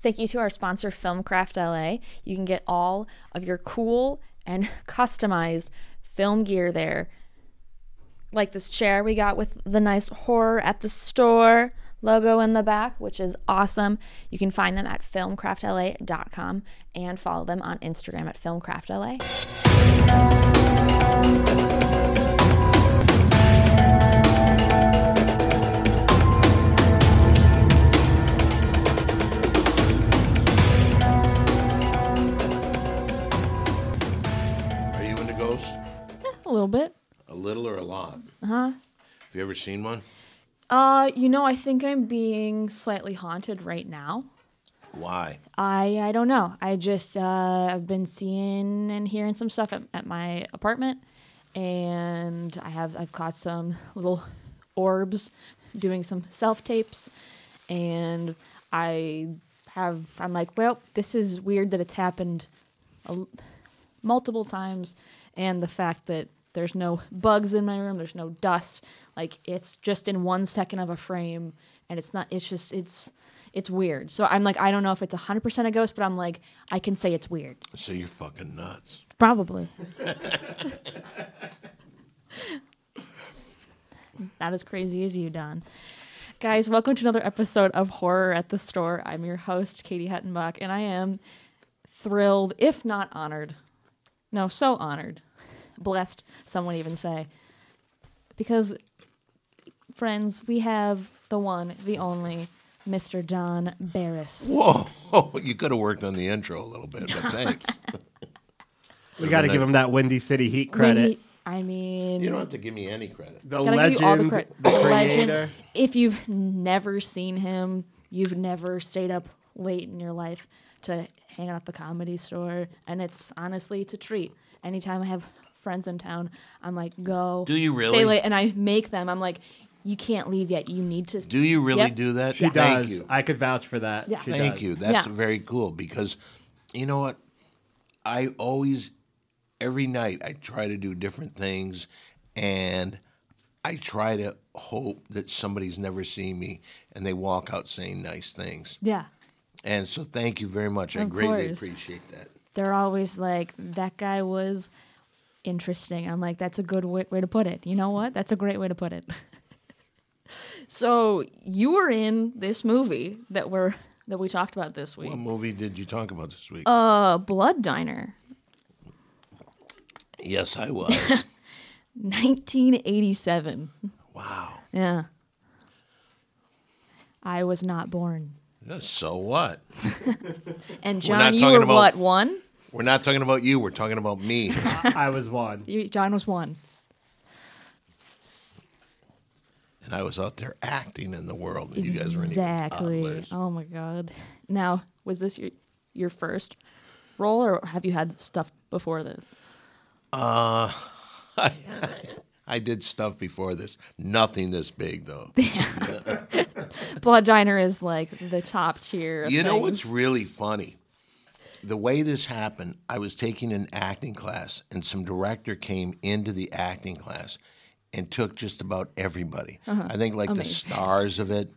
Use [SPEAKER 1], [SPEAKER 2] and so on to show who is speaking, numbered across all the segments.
[SPEAKER 1] Thank you to our sponsor, Filmcraft LA. You can get all of your cool and customized film gear there, like this chair we got with the nice horror at the store logo in the back, which is awesome. You can find them at filmcraftla.com and follow them on Instagram at filmcraftla.
[SPEAKER 2] Are you into ghosts?
[SPEAKER 1] A little bit.
[SPEAKER 2] A little or a lot? Huh?
[SPEAKER 1] Uh-huh.
[SPEAKER 2] Have you ever seen one?
[SPEAKER 1] Uh, you know, I think I'm being slightly haunted right now.
[SPEAKER 2] Why?
[SPEAKER 1] I I don't know. I just uh, I've been seeing and hearing some stuff at, at my apartment, and I have I've caught some little orbs doing some self tapes, and I have I'm like, well, this is weird that it's happened a l multiple times, and the fact that there's no bugs in my room, there's no dust, like it's just in one second of a frame, and it's not. It's just it's it's weird. So I'm like, I don't know if it's 100% a ghost, but I'm like, I can say it's weird.
[SPEAKER 2] So you're fucking nuts.
[SPEAKER 1] Probably. Not as crazy as you, Don. Guys, welcome to another episode of Horror at the Store. I'm your host, Katie Hettenbach, and I am thrilled, if not honored, no, so honored, blessed, some would even say, because, friends, we have the one, the only, Mr. Don Barris.
[SPEAKER 2] Whoa, Oh, you could have worked on the intro a little bit, but thanks.
[SPEAKER 3] We got to give him that Windy City Heat credit.
[SPEAKER 1] Maybe- I mean,
[SPEAKER 2] you don't have to give me any credit.
[SPEAKER 3] the
[SPEAKER 1] Gotta
[SPEAKER 3] legend,
[SPEAKER 1] give you all the
[SPEAKER 3] the,
[SPEAKER 1] credit. Legend.
[SPEAKER 3] creator.
[SPEAKER 1] If you've never seen him, you've never stayed up late in your life to hang out at the comedy store, and it's honestly it's a treat. Anytime I have friends in town, I'm like, go.
[SPEAKER 2] Do you really?
[SPEAKER 1] stay late? And I make them. I'm like, you can't leave yet. You need to.
[SPEAKER 2] Do you really
[SPEAKER 1] Yep.
[SPEAKER 2] do that?
[SPEAKER 3] She
[SPEAKER 2] Thank
[SPEAKER 3] does.
[SPEAKER 2] you.
[SPEAKER 3] I could vouch for that.
[SPEAKER 1] Yeah.
[SPEAKER 3] She
[SPEAKER 2] Thank
[SPEAKER 3] does.
[SPEAKER 2] you. That's
[SPEAKER 1] Yeah.
[SPEAKER 2] very cool because you know what? I always, every night, I try to do different things and I try to hope that somebody's never seen me and they walk out saying nice things.
[SPEAKER 1] yeah.
[SPEAKER 2] And so thank you very much. I
[SPEAKER 1] Of
[SPEAKER 2] greatly
[SPEAKER 1] course.
[SPEAKER 2] appreciate that.
[SPEAKER 1] They're always like, that guy was interesting. I'm like, that's a good way, way to put it. You know what? That's a great way to put it. so you were in this movie that we're that we talked about this week,
[SPEAKER 2] What movie did you talk about this week?
[SPEAKER 1] uh, Blood Diner,
[SPEAKER 2] yes, I was.
[SPEAKER 1] 1987.
[SPEAKER 2] wow.
[SPEAKER 1] Yeah, I was not born.
[SPEAKER 2] So what?
[SPEAKER 1] And
[SPEAKER 2] We're not
[SPEAKER 1] John, you
[SPEAKER 2] talking
[SPEAKER 1] were
[SPEAKER 2] about-
[SPEAKER 1] what one?
[SPEAKER 2] We're not talking about you. We're talking about me.
[SPEAKER 3] I was one.
[SPEAKER 1] You, John was one.
[SPEAKER 2] and I was out there acting in the world. And you guys were in
[SPEAKER 1] exactly. Oh my god. Now, was this your your first role, or have you had stuff before this?
[SPEAKER 2] I did stuff before this. Nothing this big though.
[SPEAKER 1] Blood Diner is like the top tier. Of
[SPEAKER 2] you know what's
[SPEAKER 1] things.
[SPEAKER 2] really funny? The way this happened, I was taking an acting class, and some director came into the acting class and took just about everybody.
[SPEAKER 1] Uh-huh.
[SPEAKER 2] I think, like the stars of it,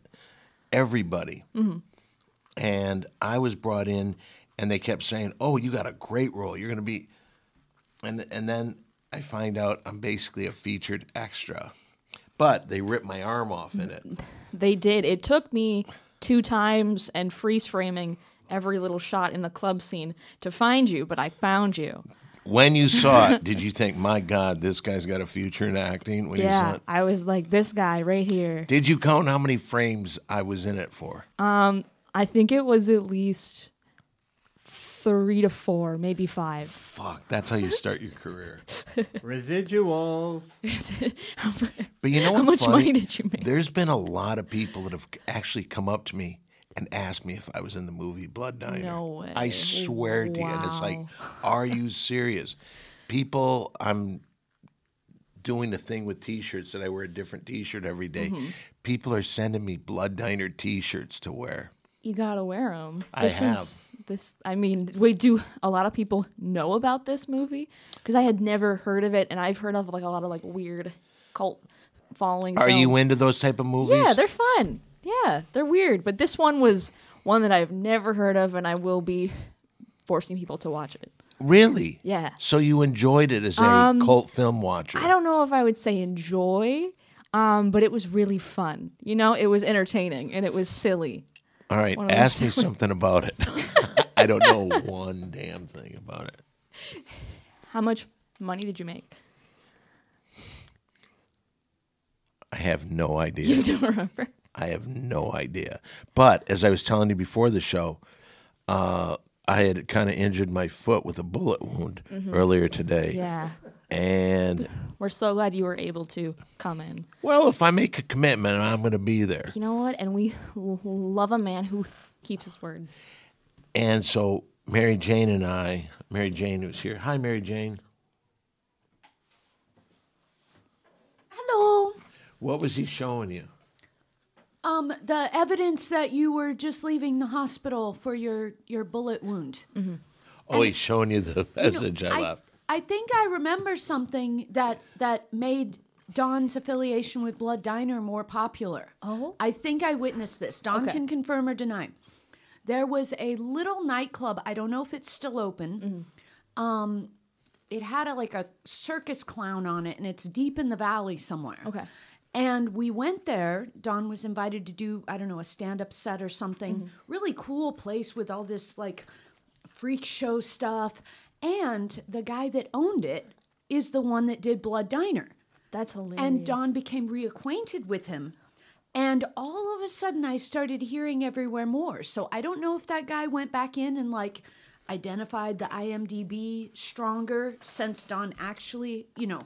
[SPEAKER 2] everybody.
[SPEAKER 1] Mm-hmm.
[SPEAKER 2] And I was brought in, and they kept saying, "Oh, you got a great role. You're going to be," and and then I find out I'm basically a featured extra, but they ripped my arm off in it.
[SPEAKER 1] they did? It took me two times and freeze framing every little shot in the club scene to find you, but I found you.
[SPEAKER 2] When you saw it, did you think, "My God, this guy's got a future in acting"? When you saw
[SPEAKER 1] Yeah,
[SPEAKER 2] it,
[SPEAKER 1] I was like this guy right here.
[SPEAKER 2] did you count how many frames I was in it for?
[SPEAKER 1] Um, I think it was at least three to four, maybe five.
[SPEAKER 2] Fuck, that's how you start your career.
[SPEAKER 3] Residuals.
[SPEAKER 2] But you
[SPEAKER 1] How
[SPEAKER 2] know what's
[SPEAKER 1] much
[SPEAKER 2] funny?
[SPEAKER 1] money did you make?
[SPEAKER 2] There's been a lot of people that have actually come up to me and asked me if I was in the movie Blood Diner.
[SPEAKER 1] No way.
[SPEAKER 2] I swear to you, and it's like,
[SPEAKER 1] Wow.
[SPEAKER 2] are you serious? People, I'm doing the thing with T-shirts that I wear a different T-shirt every day.
[SPEAKER 1] Mm-hmm.
[SPEAKER 2] People are sending me Blood Diner T-shirts to wear.
[SPEAKER 1] you gotta wear them.
[SPEAKER 2] I
[SPEAKER 1] This
[SPEAKER 2] have.
[SPEAKER 1] is this. I mean, we do. A lot of people know about this movie because I had never heard of it, and I've heard of like a lot of like weird cult following.
[SPEAKER 2] Are you
[SPEAKER 1] films.
[SPEAKER 2] into those type of movies?
[SPEAKER 1] Yeah, they're fun. Yeah, they're weird, but this one was one that I've never heard of, and I will be forcing people to watch it.
[SPEAKER 2] Really?
[SPEAKER 1] Yeah. Um,
[SPEAKER 2] So you enjoyed it as a cult film watcher.
[SPEAKER 1] I don't know if I would say enjoy, um, but it was really fun. You know, it was entertaining and it was silly.
[SPEAKER 2] All right,
[SPEAKER 1] of
[SPEAKER 2] ask me something about it. I don't know one damn thing about it.
[SPEAKER 1] How much money did you make?
[SPEAKER 2] I have no idea.
[SPEAKER 1] You don't remember.
[SPEAKER 2] I have no idea. But as I was telling you before the show, uh, I had kind of injured my foot with a bullet wound earlier today.
[SPEAKER 1] Mm-hmm. Yeah.
[SPEAKER 2] And
[SPEAKER 1] We're so glad you were able to come in.
[SPEAKER 2] well, if I make a commitment, I'm going to be there.
[SPEAKER 1] You know what? And we l- love a man who keeps his word.
[SPEAKER 2] And so Mary Jane and I, Mary Jane was here. Hi, Mary Jane.
[SPEAKER 4] Hello.
[SPEAKER 2] What was he showing you?
[SPEAKER 4] Um, the evidence that you were just leaving the hospital for your your bullet wound.
[SPEAKER 1] Mm-hmm.
[SPEAKER 2] Oh, he's showing you the message I
[SPEAKER 4] I,
[SPEAKER 2] left.
[SPEAKER 4] I think I remember something that that made Don's affiliation with Blood Diner more popular.
[SPEAKER 1] Oh.
[SPEAKER 4] I think I witnessed this. Don
[SPEAKER 1] Okay.
[SPEAKER 4] can confirm or deny. There was a little nightclub. I don't know if it's still open. Um, it had a, like a circus clown on it, and it's deep in the valley somewhere.
[SPEAKER 1] Okay.
[SPEAKER 4] And we went there. Don was invited to do, I don't know, a stand up set or something. Really cool place with all this like freak show stuff. And the guy that owned it is the one that did Blood Diner.
[SPEAKER 1] That's hilarious.
[SPEAKER 4] And Don became reacquainted with him. And all of a sudden, I started hearing everywhere more. So I don't know if that guy went back in and like identified the IMDb stronger since Don actually, you know,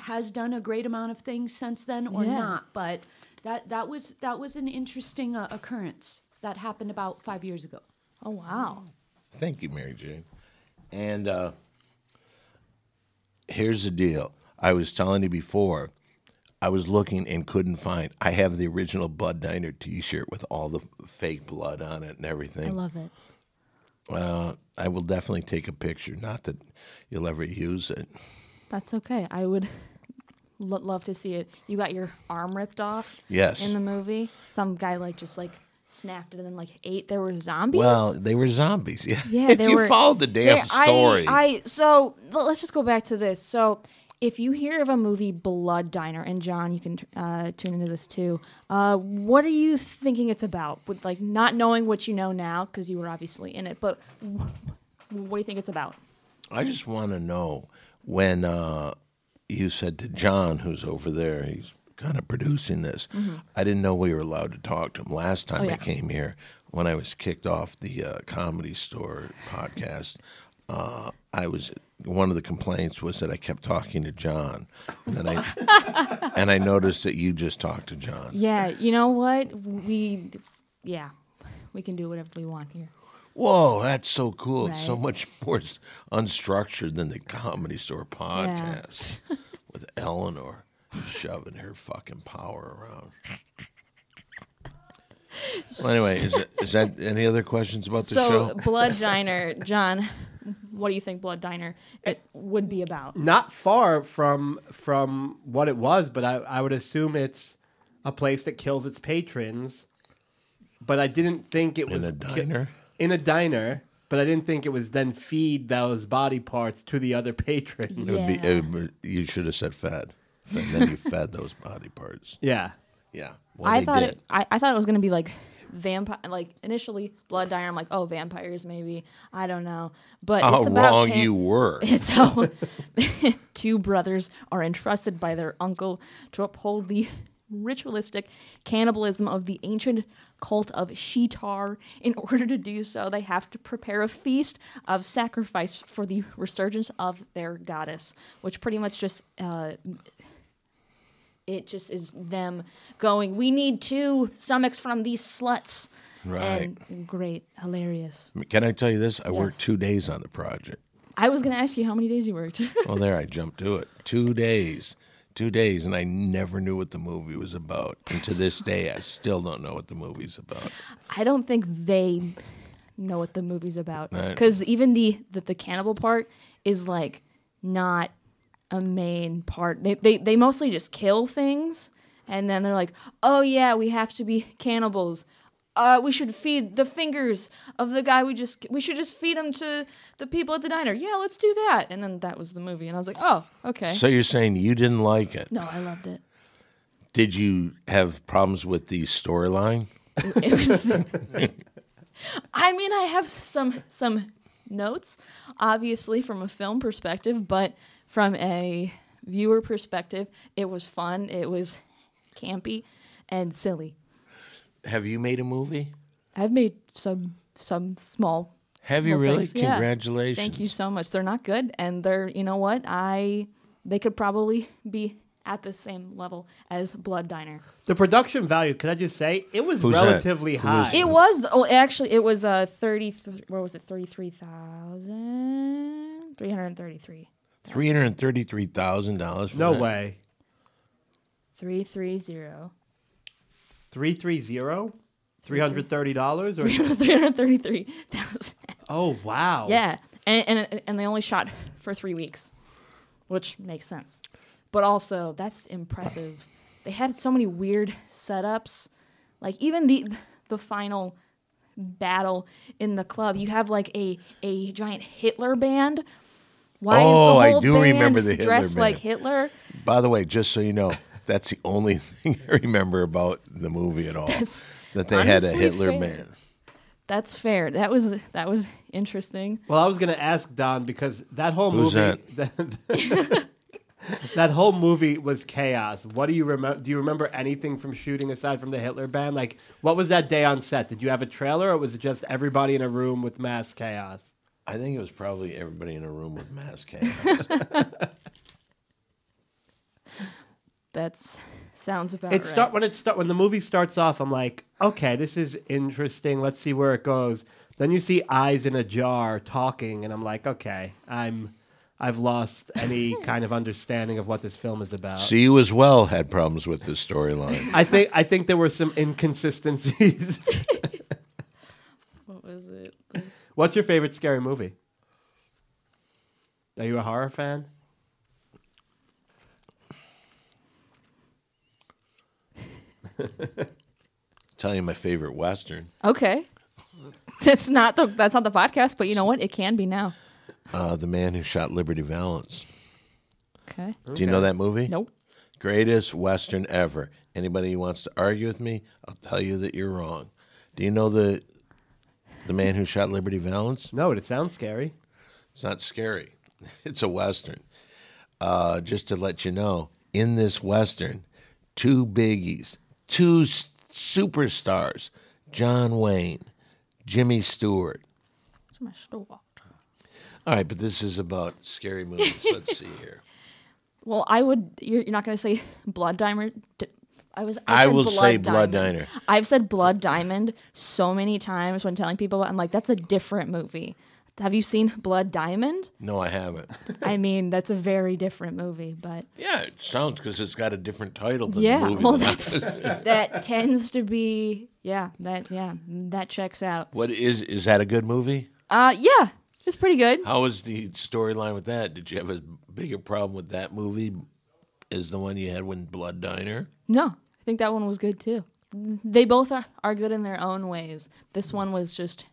[SPEAKER 4] has done a great amount of things since then or
[SPEAKER 1] Hmm. Yeah.
[SPEAKER 4] not. But that that was that was an interesting uh, occurrence that happened about five years ago.
[SPEAKER 1] Oh wow.
[SPEAKER 2] Thank you, Mary Jane. And uh, here's the deal. I was telling you before, I was looking and couldn't find. I have the original Blood Diner T-shirt with all the fake blood on it and everything.
[SPEAKER 1] I love it.
[SPEAKER 2] Uh, I will definitely take a picture. Not that you'll ever use it.
[SPEAKER 1] That's okay. I would lo- love to see it. You got your arm ripped off.
[SPEAKER 2] Yes.
[SPEAKER 1] In the movie, some guy like just like snapped it and then like ate. There were zombies.
[SPEAKER 2] Well, they were zombies. Yeah.
[SPEAKER 1] Yeah,
[SPEAKER 2] if
[SPEAKER 1] they
[SPEAKER 2] you
[SPEAKER 1] were-
[SPEAKER 2] followed the damn
[SPEAKER 1] Yeah, I-
[SPEAKER 2] story,
[SPEAKER 1] I, so l- let's just go back to this. So if you hear of a movie Blood Diner, and John, you can t- uh, tune into this too. Uh, what are you thinking it's about? With like not knowing what you know now because you were obviously in it, but wh- what do you think it's about?
[SPEAKER 2] I just want to know when uh, you said to John, who's over there, he's kind of producing this. I didn't know we were allowed to talk to him last time I
[SPEAKER 1] Mm-hmm. Oh, yeah.
[SPEAKER 2] came here when I was kicked off the uh, Comedy Store podcast. Uh, I was one of the complaints was that I kept talking to John, and then I and I noticed that you just talked to John.
[SPEAKER 1] Yeah, you know what we, yeah, we can do whatever we want here.
[SPEAKER 2] Whoa, that's so cool. It's so
[SPEAKER 1] Right.
[SPEAKER 2] much more s- unstructured than the Comedy Store podcast with Eleanor shoving her fucking power around. Well, anyway, is, it, is that any other questions about the
[SPEAKER 1] So uh,
[SPEAKER 2] show?
[SPEAKER 1] Blood Diner, John, what do you think Blood Diner it would be about?
[SPEAKER 3] Not far from from what it was, but I, I would assume it's a place that kills its patrons. But I didn't think it was
[SPEAKER 2] a diner?
[SPEAKER 3] in a diner, but I didn't think it was then feed those body parts to the other patron.
[SPEAKER 2] It would be,
[SPEAKER 1] Yeah.
[SPEAKER 2] it would, you should have said fed. And then you fed those body parts.
[SPEAKER 3] Yeah.
[SPEAKER 2] Yeah. Well,
[SPEAKER 1] I
[SPEAKER 2] they
[SPEAKER 1] thought
[SPEAKER 2] did.
[SPEAKER 1] it, I, I thought it was gonna be like vampire, like initially Blood Diner. I'm like, oh, vampires maybe. I don't know, but
[SPEAKER 2] How
[SPEAKER 1] it's about
[SPEAKER 2] wrong
[SPEAKER 1] ca-
[SPEAKER 2] you were.
[SPEAKER 1] It's how two brothers are entrusted by their uncle to uphold the ritualistic cannibalism of the ancient cult of Shetar. In order to do so, they have to prepare a feast of sacrifice for the resurgence of their goddess, which pretty much just uh, it just is them going, we need two stomachs from these sluts.
[SPEAKER 2] Right.
[SPEAKER 1] And great, hilarious.
[SPEAKER 2] Can I tell you this? I worked
[SPEAKER 1] Yes.
[SPEAKER 2] two days on the project.
[SPEAKER 1] I was going to ask you how many days you worked.
[SPEAKER 2] Well, there I jumped to it. Two days, two days, and I never knew what the movie was about. And to this day, I still don't know what the movie's about.
[SPEAKER 1] I don't think they know what the movie's about. Because even the, the, the cannibal part is like not a main part. They, they, they mostly just kill things. And then they're like, oh, yeah, we have to be cannibals. uh, we should feed the fingers of the guy we just we should just feed them to the people at the diner. Yeah, let's do that. And then that was the movie, and I was like, oh, okay.
[SPEAKER 2] So you're saying you didn't like it?
[SPEAKER 1] no, I loved it.
[SPEAKER 2] Did you have problems with the storyline?
[SPEAKER 1] It was. I mean, I have some some notes, obviously from a film perspective, but from a viewer perspective, it was fun. It was campy and silly.
[SPEAKER 2] Have you made a movie?
[SPEAKER 1] I've made some some small.
[SPEAKER 2] Have you
[SPEAKER 1] little
[SPEAKER 2] really?
[SPEAKER 1] things. Yeah.
[SPEAKER 2] Congratulations.
[SPEAKER 1] Thank you so much. They're not good, and they're you know what I they could probably be at the same level as Blood Diner.
[SPEAKER 3] The production value, could I just say, it was
[SPEAKER 2] Who's that?
[SPEAKER 3] relatively
[SPEAKER 2] Who is
[SPEAKER 3] high.
[SPEAKER 1] It was oh, actually it was uh thirty where was it thirty three thousand three hundred thirty three
[SPEAKER 2] Three hundred thirty-three thousand dollars.
[SPEAKER 3] no way.
[SPEAKER 1] three three zero
[SPEAKER 3] 330 $330 or
[SPEAKER 1] three hundred thirty three thousand
[SPEAKER 3] Oh wow.
[SPEAKER 1] yeah and, and and they only shot for three weeks, which makes sense, but also that's impressive. They had so many weird setups, like even the the final battle in the club. You have like a a giant Hitler band. Why
[SPEAKER 2] Oh,
[SPEAKER 1] is
[SPEAKER 2] I
[SPEAKER 1] the whole
[SPEAKER 2] do
[SPEAKER 1] band
[SPEAKER 2] remember the Hitler
[SPEAKER 1] dressed like
[SPEAKER 2] band.
[SPEAKER 1] Hitler?
[SPEAKER 2] By the way, just so you know, that's the only thing I remember about the movie at all.
[SPEAKER 1] That's
[SPEAKER 2] that they had a
[SPEAKER 1] honestly
[SPEAKER 2] Hitler
[SPEAKER 1] fair.
[SPEAKER 2] man.
[SPEAKER 1] That's fair. That was that was interesting.
[SPEAKER 3] Well, I was going to ask Don because that whole
[SPEAKER 2] Who's
[SPEAKER 3] movie that whole movie was chaos. What do you remember do you remember anything from shooting aside from the Hitler band? Like what was that day on set? Did you have a trailer or was it just everybody in a room with mass chaos?
[SPEAKER 2] I think it was probably everybody in a room with mask chaos.
[SPEAKER 1] That's sounds about
[SPEAKER 3] It
[SPEAKER 1] right.
[SPEAKER 3] start when it start when the movie starts off. I'm like, okay, this is interesting. Let's see where it goes. Then you see eyes in a jar talking, and I'm like, okay, I'm I've lost any kind of understanding of what this film is about.
[SPEAKER 2] so you as well had problems with this storyline.
[SPEAKER 3] I think I think there were some inconsistencies.
[SPEAKER 1] what was it?
[SPEAKER 3] What's your favorite scary movie? Are you a horror fan?
[SPEAKER 2] Tell you my favorite western,
[SPEAKER 1] Okay. That's not the that's not the podcast, but you know what? It can be now.
[SPEAKER 2] uh, the man who shot Liberty Valance.
[SPEAKER 1] Okay.
[SPEAKER 2] Do you know that movie?
[SPEAKER 1] Nope.
[SPEAKER 2] Greatest western ever. Anybody who wants to argue with me, I'll tell you that you're wrong. Do you know the the man who shot Liberty Valance?
[SPEAKER 3] No, it sounds scary.
[SPEAKER 2] It's not scary. It's a western. Uh, just to let you know, in this western, two biggies, two s- superstars, John Wayne, Jimmy Stewart.
[SPEAKER 1] It's my store.
[SPEAKER 2] All right, but this is about scary movies. Let's see here.
[SPEAKER 1] Well, I would. You're, you're not going to say blood diamond. D- I was.
[SPEAKER 2] I
[SPEAKER 1] said
[SPEAKER 2] will
[SPEAKER 1] blood
[SPEAKER 2] say Blood
[SPEAKER 1] diamond.
[SPEAKER 2] Diner.
[SPEAKER 1] I've said blood diamond so many times when telling people. I'm like, that's a different movie. Have you seen Blood Diamond?
[SPEAKER 2] No, I haven't.
[SPEAKER 1] I mean, that's a very different movie, but
[SPEAKER 2] Yeah, it sounds because it's got a different title than
[SPEAKER 1] yeah,
[SPEAKER 2] the movie.
[SPEAKER 1] well, that's that tends to be yeah, that yeah, that checks out.
[SPEAKER 2] what is is that a good movie?
[SPEAKER 1] Uh, yeah, it's pretty good.
[SPEAKER 2] How was the storyline with that? Did you have a bigger problem with that movie as the one you had with Blood Diner?
[SPEAKER 1] No, I think that one was good too. They both are, are good in their own ways. This one was just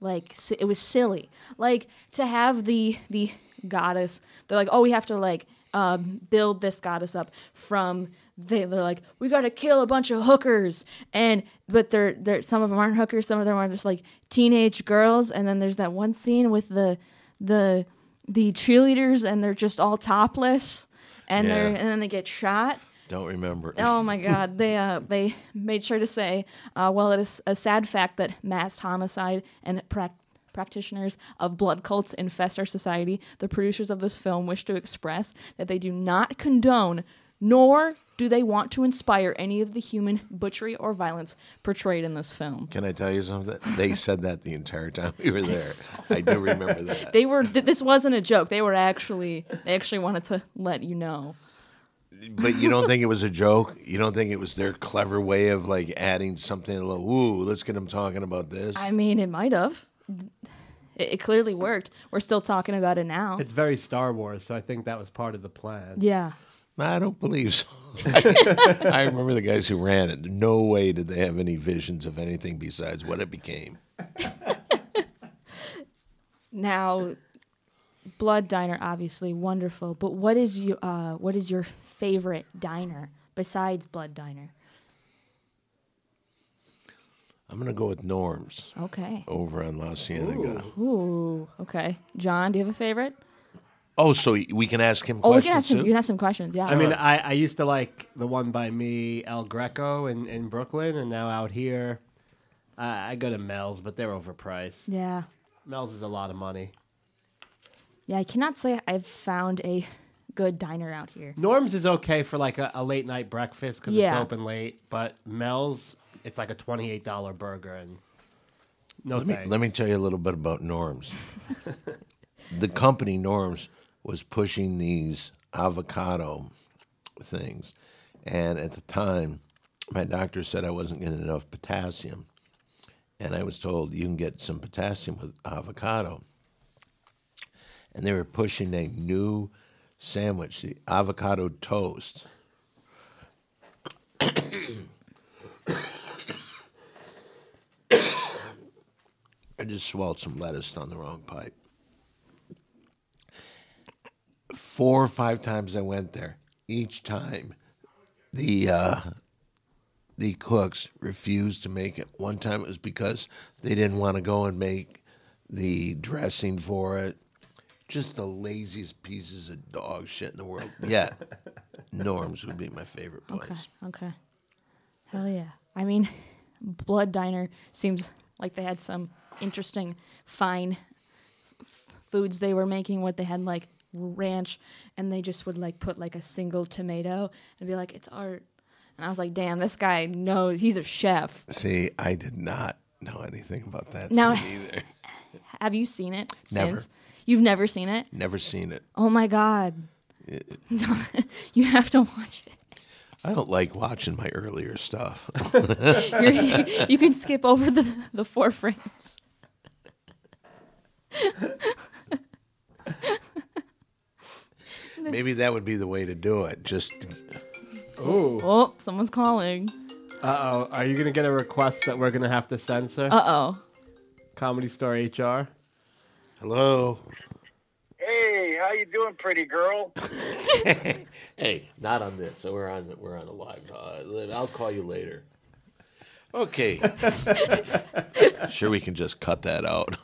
[SPEAKER 1] like si- it was silly. Like to have the the goddess, they're like, oh, we have to like um, build this goddess up from. They, they're like, we got to kill a bunch of hookers, and but they're they're some of them aren't hookers, some of them are just like teenage girls, and then there's that one scene with the the the cheerleaders, and they're just all topless, and they're
[SPEAKER 2] Yeah.
[SPEAKER 1] and then they get shot,
[SPEAKER 2] Don't remember.
[SPEAKER 1] Oh my God! They uh, they made sure to say, uh, well, it is a sad fact that mass homicide and prac practitioners of blood cults infest our society. The producers of this film wish to express that they do not condone, nor do they want to inspire any of the human butchery or violence portrayed in this film.
[SPEAKER 2] Can I tell you something? They said that the entire time we were there. I do remember that.
[SPEAKER 1] They were. Th- this wasn't a joke. They were actually. They actually wanted to let you know.
[SPEAKER 2] But you don't think it was a joke? You don't think it was their clever way of like adding something? Like, Ooh, let's get them talking about this.
[SPEAKER 1] I mean, it might have. It, it clearly worked. We're still talking about it now.
[SPEAKER 3] It's very Star Wars, so I think that was part of the plan.
[SPEAKER 1] yeah.
[SPEAKER 2] No, I don't believe so. I, I remember the guys who ran it. No way did they have any visions of anything besides what it became.
[SPEAKER 1] Now, Blood Diner, obviously wonderful. But what is you? Uh, what is your favorite diner besides Blood Diner?
[SPEAKER 2] I'm going to go with Norms
[SPEAKER 1] Okay.
[SPEAKER 2] over on La Cienega.
[SPEAKER 1] Ooh. Okay. John, do you have a favorite?
[SPEAKER 2] Oh, so we can ask him
[SPEAKER 1] Oh, we
[SPEAKER 2] questions
[SPEAKER 1] can ask him.
[SPEAKER 2] too?
[SPEAKER 1] You can ask some questions. Yeah.
[SPEAKER 3] I mean, I, I used to like the one by me, El Greco, in, in Brooklyn, and now out here, I, I go to Mel's, but they're overpriced.
[SPEAKER 1] yeah.
[SPEAKER 3] Mel's is a lot of money.
[SPEAKER 1] Yeah. I cannot say I've found a good diner out here.
[SPEAKER 3] Norm's is okay for like a, a late night breakfast because
[SPEAKER 1] Yeah.
[SPEAKER 3] it's open late, but Mel's, it's like a $28 burger, and no
[SPEAKER 2] Let me,
[SPEAKER 3] thanks.
[SPEAKER 2] let me tell you a little bit about Norms. the company Norms was pushing these avocado things. And at the time, my doctor said I wasn't getting enough potassium. And I was told you can get some potassium with avocado. And they were pushing a new sandwich, the avocado toast. I just swallowed some lettuce down the wrong pipe. Four or five times I went there. Each time, the uh, the cooks refused to make it. One time it was because they didn't want to go and make the dressing for it. Just the laziest pieces of dog shit in the world. Yeah, Norm's would be my favorite place.
[SPEAKER 1] Okay. Okay. Hell yeah. I mean, Blood Diner seems like they had some interesting, fine f- foods they were making. What they had like ranch, and they just would like put like a single tomato and be like, "It's art." And I was like, "Damn, this guy knows. He's a chef."
[SPEAKER 2] See, I did not know anything about that
[SPEAKER 1] Now-
[SPEAKER 2] scene either.
[SPEAKER 1] Have you seen it
[SPEAKER 2] Never.
[SPEAKER 1] since? You've never seen it?
[SPEAKER 2] Never seen it.
[SPEAKER 1] Oh my god. you have to watch it.
[SPEAKER 2] I don't like watching my earlier stuff.
[SPEAKER 1] You're, you can skip over the, the four frames.
[SPEAKER 2] Maybe that would be the way to do it. Just
[SPEAKER 1] Oh, someone's calling.
[SPEAKER 3] Uh oh, are you gonna get a request that we're gonna have to censor?
[SPEAKER 1] Uh oh.
[SPEAKER 3] Comedy Store HR.
[SPEAKER 2] hello.
[SPEAKER 5] Hey, how you doing, pretty girl?
[SPEAKER 2] Hey, not on this. So we're on. We're on a live. Uh, I'll call you later. Okay. sure, we can just cut that out.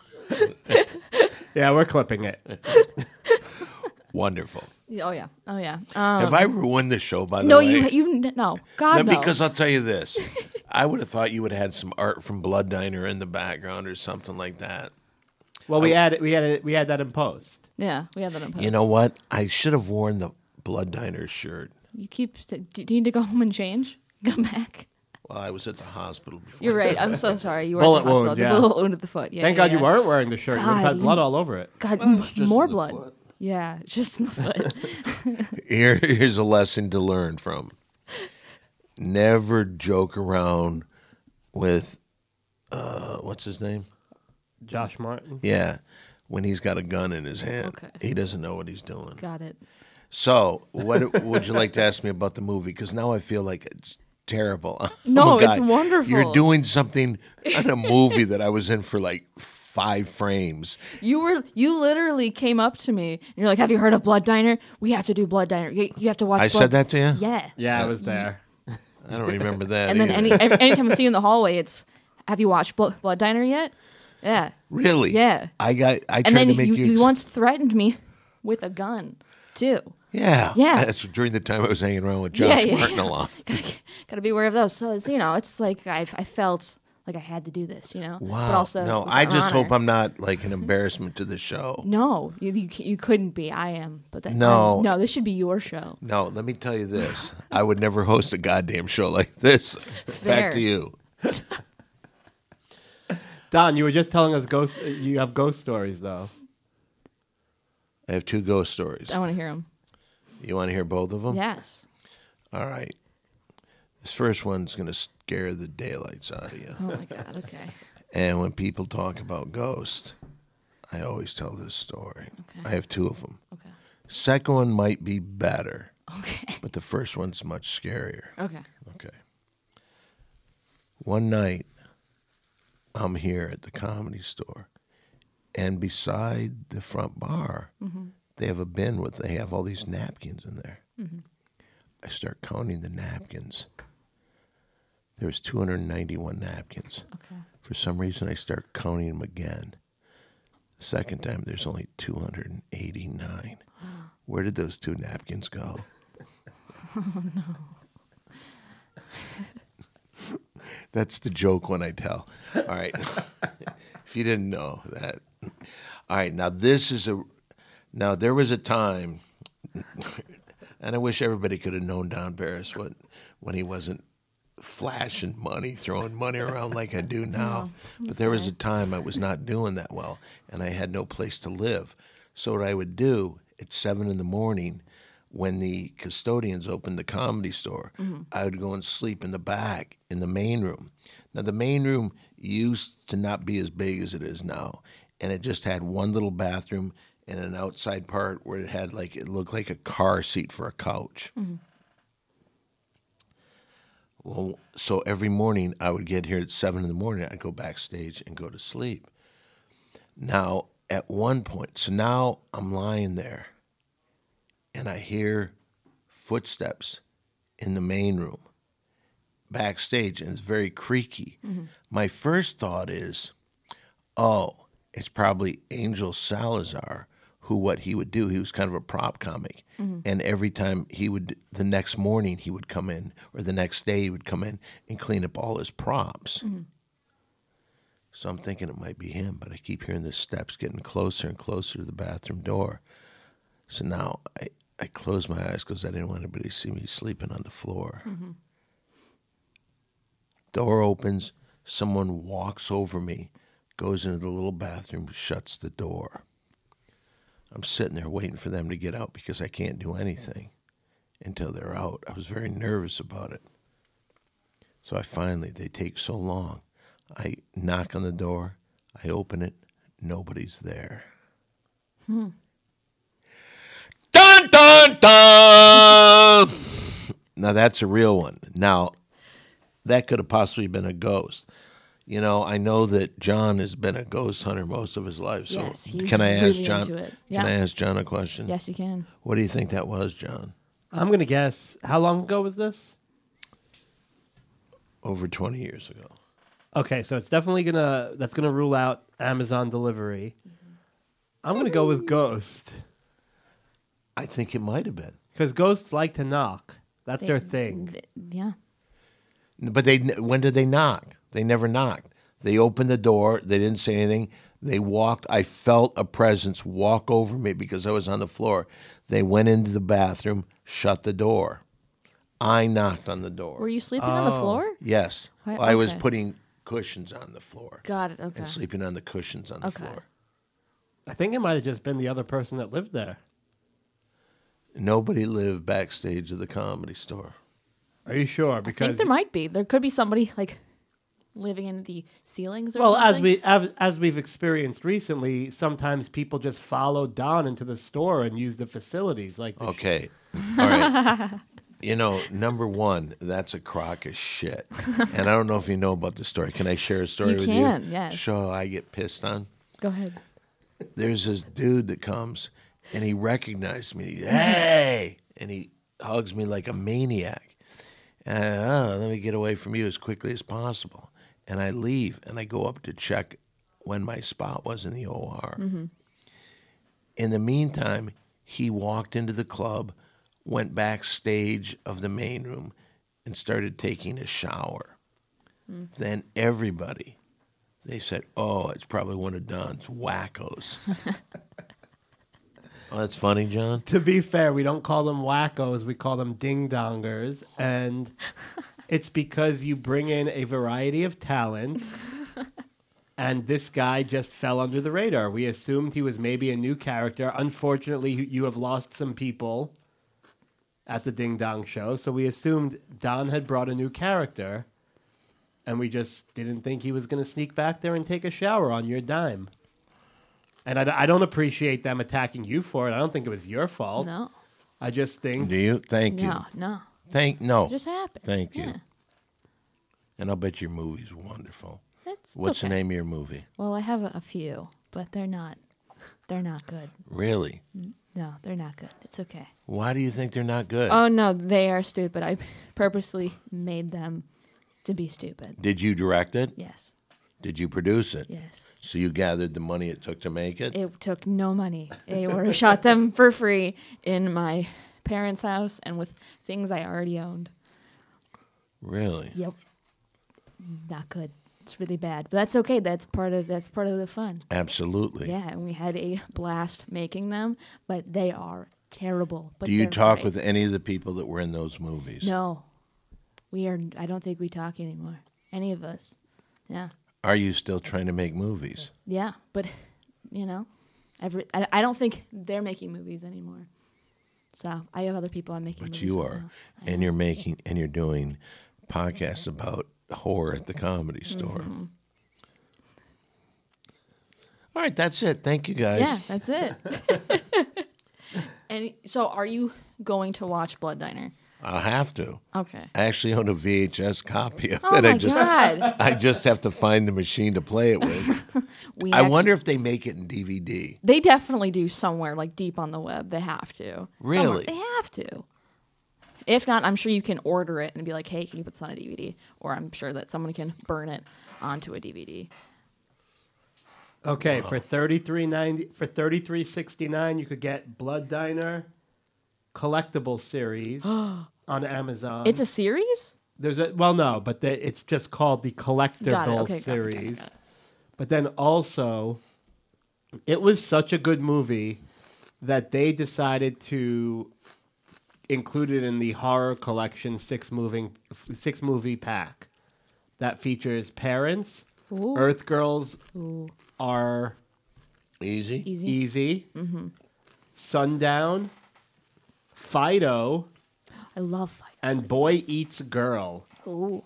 [SPEAKER 3] Yeah, we're clipping it.
[SPEAKER 2] Wonderful.
[SPEAKER 1] Oh yeah. Oh yeah. Um,
[SPEAKER 2] Have I ruined the show? By the
[SPEAKER 1] no,
[SPEAKER 2] way,
[SPEAKER 1] you you n- no.
[SPEAKER 2] No,
[SPEAKER 1] God no.
[SPEAKER 2] because I'll tell you this. I would have thought you would have had some art from Blood Diner in the background or something like that.
[SPEAKER 3] Well, we had we had it, we had that in post.
[SPEAKER 1] yeah, we have that on post.
[SPEAKER 2] You know what? I should have worn the Blood Diner shirt.
[SPEAKER 1] You keep. sa- Do do you need to go home and change? Come back.
[SPEAKER 2] Well, I was at the hospital before.
[SPEAKER 1] You're right. I'm so sorry. You were
[SPEAKER 3] Bullet
[SPEAKER 1] at the hospital.
[SPEAKER 3] wound,
[SPEAKER 1] the
[SPEAKER 3] yeah.
[SPEAKER 1] bullet wound of the foot. Yeah.
[SPEAKER 3] Thank
[SPEAKER 1] yeah,
[SPEAKER 3] God you
[SPEAKER 1] yeah.
[SPEAKER 3] weren't we'ring the shirt. you would have
[SPEAKER 1] God,
[SPEAKER 3] had
[SPEAKER 1] you-
[SPEAKER 3] blood all over it.
[SPEAKER 1] God, m-
[SPEAKER 2] just
[SPEAKER 1] more
[SPEAKER 2] in the
[SPEAKER 1] blood.
[SPEAKER 2] foot.
[SPEAKER 1] Yeah, it's just in the foot.
[SPEAKER 2] Here, here's a lesson to learn from. Never joke around with uh, what's his name?
[SPEAKER 3] Josh Martin.
[SPEAKER 2] Yeah, when he's got a gun in his hand,
[SPEAKER 1] Okay.
[SPEAKER 2] he doesn't know what he's doing.
[SPEAKER 1] Got it.
[SPEAKER 2] So, what would you like to ask me about the movie? Because now I feel like it's terrible. Oh my
[SPEAKER 1] No, it's
[SPEAKER 2] God.
[SPEAKER 1] wonderful.
[SPEAKER 2] You're doing something in a movie that I was in for like five frames.
[SPEAKER 1] You were you literally came up to me and you're like, "Have you heard of Blood Diner? We have to do Blood Diner. You, you have to watch."
[SPEAKER 2] I
[SPEAKER 1] Blood.
[SPEAKER 2] said that to you.
[SPEAKER 1] Yeah.
[SPEAKER 3] Yeah, I was there.
[SPEAKER 2] I don't remember that.
[SPEAKER 1] And then
[SPEAKER 2] either.
[SPEAKER 1] any every, anytime I see you in the hallway, it's, "Have you watched Blo- Blood Diner yet?" Yeah.
[SPEAKER 2] really,
[SPEAKER 1] Yeah.
[SPEAKER 2] I got. I
[SPEAKER 1] And
[SPEAKER 2] tried
[SPEAKER 1] then
[SPEAKER 2] to make
[SPEAKER 1] you,
[SPEAKER 2] you.
[SPEAKER 1] you
[SPEAKER 2] ex-
[SPEAKER 1] once threatened me with a gun too.
[SPEAKER 2] Yeah.
[SPEAKER 1] Yeah.
[SPEAKER 2] That's during the time I was hanging around with
[SPEAKER 1] Yeah,
[SPEAKER 2] Josh
[SPEAKER 1] yeah,
[SPEAKER 2] Martin a lot.
[SPEAKER 1] gotta, gotta be aware of those. So it's you know, it's like I I felt like I had to do this, you know.
[SPEAKER 2] Wow.
[SPEAKER 1] But also,
[SPEAKER 2] no,
[SPEAKER 1] it was
[SPEAKER 2] I
[SPEAKER 1] an
[SPEAKER 2] just
[SPEAKER 1] honor.
[SPEAKER 2] hope I'm not like an embarrassment to the show.
[SPEAKER 1] No, you, you c- you couldn't be. I am, but that,
[SPEAKER 2] No.
[SPEAKER 1] I'm- no, this should be your show.
[SPEAKER 2] No, let me tell you this. I would never host a goddamn show like this.
[SPEAKER 1] Fair.
[SPEAKER 2] Back to you.
[SPEAKER 3] Don, you were just telling us ghost. uh, You have ghost stories though.
[SPEAKER 2] I have two ghost stories.
[SPEAKER 1] I want to hear him.
[SPEAKER 2] You want to hear both of them?
[SPEAKER 1] Yes.
[SPEAKER 2] All right. This first one's going to scare the daylights out of you.
[SPEAKER 1] Oh my god. Okay.
[SPEAKER 2] And when people talk about ghosts, I always tell this story. I have two of them.
[SPEAKER 1] Okay.
[SPEAKER 2] Second one might be better.
[SPEAKER 1] Okay.
[SPEAKER 2] but the first one's much scarier.
[SPEAKER 1] Okay.
[SPEAKER 2] Okay. One night, I'm here at the comedy store, and beside the front bar, they have a bin with they have all these napkins in there. I start counting the napkins. There was 291 napkins.
[SPEAKER 1] Okay.
[SPEAKER 2] For some reason, I start counting them again. The second time, there's only 289. Where did those two napkins go? That's the joke when I tell. All right. if you didn't know that. All right. Now, this is a. Now, there was a time, and I wish everybody could have known Don Barris when, when he wasn't flashing money, throwing money around like I do now. but there was a time I was not doing that well, and I had no place to live. So, what I would do at seven in the morning, when the custodians opened the comedy store, I would go and sleep in the back in the main room. Now, the main room used to not be as big as it is now, and it just had one little bathroom and an outside part where it had like, it looked like a car seat for a couch. Well, so every morning I would get here at seven in the morning. I'd go backstage and go to sleep. Now, at one point, so now I'm lying there and I hear footsteps in the main room backstage, and it's very creaky. My first thought is, oh, it's probably Angel Salazar who what he would do. He was kind of a prop comic. And every time he would, the next morning, he would come in, or the next day, he would come in and clean up all his props. So I'm thinking it might be him, but I keep hearing the steps getting closer and closer to the bathroom door. So now I, I close my eyes because I didn't want anybody to see me sleeping on the floor. Door opens, someone walks over me, goes into the little bathroom, shuts the door. I'm sitting there waiting for them to get out because I can't do anything until they're out. I was very nervous about it. So I finally, they take so long. I knock on the door, I open it, nobody's there.
[SPEAKER 1] Hmm.
[SPEAKER 2] Dun dun dun. now that's a real one. Now that could have possibly been a ghost. You know, I know that John has been a ghost hunter most of his life. So
[SPEAKER 1] Yes, he's
[SPEAKER 2] can I ask
[SPEAKER 1] really
[SPEAKER 2] John?
[SPEAKER 1] into it.
[SPEAKER 2] Can
[SPEAKER 1] Yeah.
[SPEAKER 2] I ask John a question?
[SPEAKER 1] Yes, you can.
[SPEAKER 2] What do you think that was, John?
[SPEAKER 3] I'm going to guess. How long ago was this?
[SPEAKER 2] Over twenty years ago.
[SPEAKER 3] Okay, so it's definitely going to, that's going to rule out Amazon delivery.
[SPEAKER 1] Mm-hmm.
[SPEAKER 3] I'm going to go with Ghost
[SPEAKER 2] I think it might have been,
[SPEAKER 3] because ghosts like to knock. That's their
[SPEAKER 1] They-
[SPEAKER 3] thing.
[SPEAKER 1] th- yeah.
[SPEAKER 2] but they when did they knock? They never knocked. They opened the door. They didn't say anything. They walked. I felt a presence walk over me because I was on the floor. They went into the bathroom, shut the door. I knocked on the door.
[SPEAKER 1] Were you sleeping on the
[SPEAKER 2] Oh.
[SPEAKER 1] floor?
[SPEAKER 2] Yes,
[SPEAKER 1] Why-
[SPEAKER 2] I was
[SPEAKER 1] okay.
[SPEAKER 2] putting cushions on the floor
[SPEAKER 1] Got it. Okay.
[SPEAKER 2] and sleeping on the cushions on the
[SPEAKER 1] Okay.
[SPEAKER 2] floor.
[SPEAKER 3] I think it might have just been the other person that lived there.
[SPEAKER 2] Nobody lived backstage of the comedy store.
[SPEAKER 3] Are you sure?
[SPEAKER 1] I think
[SPEAKER 3] Because
[SPEAKER 1] there might be. There could be somebody like living in the ceilings. Or
[SPEAKER 3] well, as
[SPEAKER 1] something.
[SPEAKER 3] we as, as we've experienced recently, sometimes people just follow Don into the store and use the facilities. Like, the sh-
[SPEAKER 2] Okay. All right. you know, number one, that's a crock of shit. And I don't know if you know about the story. Can I share a story
[SPEAKER 1] You
[SPEAKER 2] with you?
[SPEAKER 1] can, yes.
[SPEAKER 2] So I get pissed on.
[SPEAKER 1] go ahead.
[SPEAKER 2] There's this dude that comes and he recognized me. Hey! And he hugs me like a maniac. And I, oh, let me get away from you as quickly as possible. And I leave and I go up to check when my spot was in the OR. In the meantime, he walked into the club, went backstage of the main room, and started taking a shower. Then everybody, they said, "Oh, it's probably one of Don's wackos." oh, that's funny, John.
[SPEAKER 3] to be fair, we don't call them wackos; we call them ding dongers, and it's because you bring in a variety of talent. And this guy just fell under the radar. We assumed he was maybe a new character. Unfortunately, you- you have lost some people at the Ding Dong show, so we assumed Don had brought a new character, and we just didn't think he was going to sneak back there and take a shower on your dime.
[SPEAKER 2] Oh,
[SPEAKER 3] And I, d- I don't appreciate them attacking you for it. I don't think it was your fault.
[SPEAKER 1] No.
[SPEAKER 3] I just think
[SPEAKER 2] Do you? Thank you.
[SPEAKER 1] No, no.
[SPEAKER 2] Thank no.
[SPEAKER 1] It just happened.
[SPEAKER 2] Thank you.
[SPEAKER 1] Yeah.
[SPEAKER 2] And I'll bet your movie's wonderful.
[SPEAKER 1] That's
[SPEAKER 2] What's
[SPEAKER 1] okay.
[SPEAKER 2] the name of your movie?
[SPEAKER 1] Well, I have a, a few, but they're not. They're not good.
[SPEAKER 2] Really?
[SPEAKER 1] No, they're not good. It's okay.
[SPEAKER 2] Why do you think they're not good?
[SPEAKER 1] Oh no, they are stupid. I purposely made them to be stupid.
[SPEAKER 2] Did you direct it?
[SPEAKER 1] Yes.
[SPEAKER 2] Did you produce it?
[SPEAKER 1] Yes.
[SPEAKER 2] So you gathered the money it took to make it?
[SPEAKER 1] It took no money. They were shot them for free in my parents' house and with things I already owned.
[SPEAKER 2] Really?
[SPEAKER 1] Yep. Not good. It's really bad. But that's okay. That's part of that's part of the fun.
[SPEAKER 2] Absolutely.
[SPEAKER 1] Yeah, and we had a blast making them, but they are terrible. But
[SPEAKER 2] Do you
[SPEAKER 1] they're
[SPEAKER 2] talk
[SPEAKER 1] great.
[SPEAKER 2] with any of the people that were in those movies?
[SPEAKER 1] No. We are I don't think we talk anymore. Any of us. Yeah.
[SPEAKER 2] Are you still trying to make movies?
[SPEAKER 1] Yeah, but you know, every I, I don't think they're making movies anymore. So I have other people I'm making.
[SPEAKER 2] But
[SPEAKER 1] movies
[SPEAKER 2] you
[SPEAKER 1] with
[SPEAKER 2] are.
[SPEAKER 1] now.
[SPEAKER 2] And you're making and you're doing podcasts about horror at the comedy store.
[SPEAKER 1] Mm-hmm.
[SPEAKER 2] All right, that's it. Thank you guys.
[SPEAKER 1] Yeah, that's it. and so, are you going to watch Blood Diner?
[SPEAKER 2] I'll have to.
[SPEAKER 1] Okay.
[SPEAKER 2] I actually own a VHS copy of
[SPEAKER 1] Oh
[SPEAKER 2] it.
[SPEAKER 1] my
[SPEAKER 2] I just
[SPEAKER 1] god.
[SPEAKER 2] I just have to find the machine to play it with.
[SPEAKER 1] We
[SPEAKER 2] I
[SPEAKER 1] actu-
[SPEAKER 2] wonder if they make it in DVD.
[SPEAKER 1] They definitely do somewhere like deep on the web. They have to. Somewhere.
[SPEAKER 2] Really?
[SPEAKER 1] They have to. If not, I'm sure you can order it and be like, "Hey, can you put this on a DVD?" Or I'm sure that someone can burn it onto a DVD.
[SPEAKER 3] okay for thirty three ninety for thirty three sixty nine you could get Blood Diner collectible series on Amazon.
[SPEAKER 1] It's a series.
[SPEAKER 3] There's a well, no, but the, it's just called the
[SPEAKER 1] Got it. Okay,
[SPEAKER 3] collectible
[SPEAKER 1] got it, got it,
[SPEAKER 3] series.
[SPEAKER 1] got it.
[SPEAKER 3] But then also, it was such a good movie that they decided to include it in the horror collection six moving six movie pack that features parents,
[SPEAKER 1] Ooh.
[SPEAKER 3] Earth Girls are
[SPEAKER 2] Easy.
[SPEAKER 1] Easy. Mm-hmm.
[SPEAKER 3] easy, Sundown, Fido,
[SPEAKER 1] I love fight.
[SPEAKER 3] and Boy Eats Girl.
[SPEAKER 1] Ooh.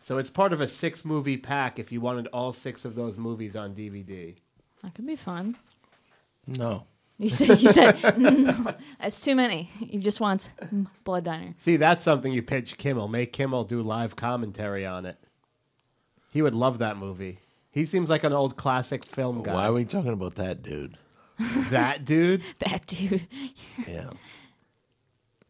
[SPEAKER 3] So it's part of a six movie pack if you wanted all six of those movies on DVD.
[SPEAKER 1] That could be fun.
[SPEAKER 2] No.
[SPEAKER 1] You said, you said "Mm, that's too many. He just wants mm, Blood Diner.
[SPEAKER 3] See, that's something you pitch Kimmel. Make Kimmel do live commentary on it. He would love that movie. He seems like an old classic film guy.
[SPEAKER 2] Why are we talking about that dude?
[SPEAKER 3] that dude?
[SPEAKER 1] That dude.
[SPEAKER 2] Yeah.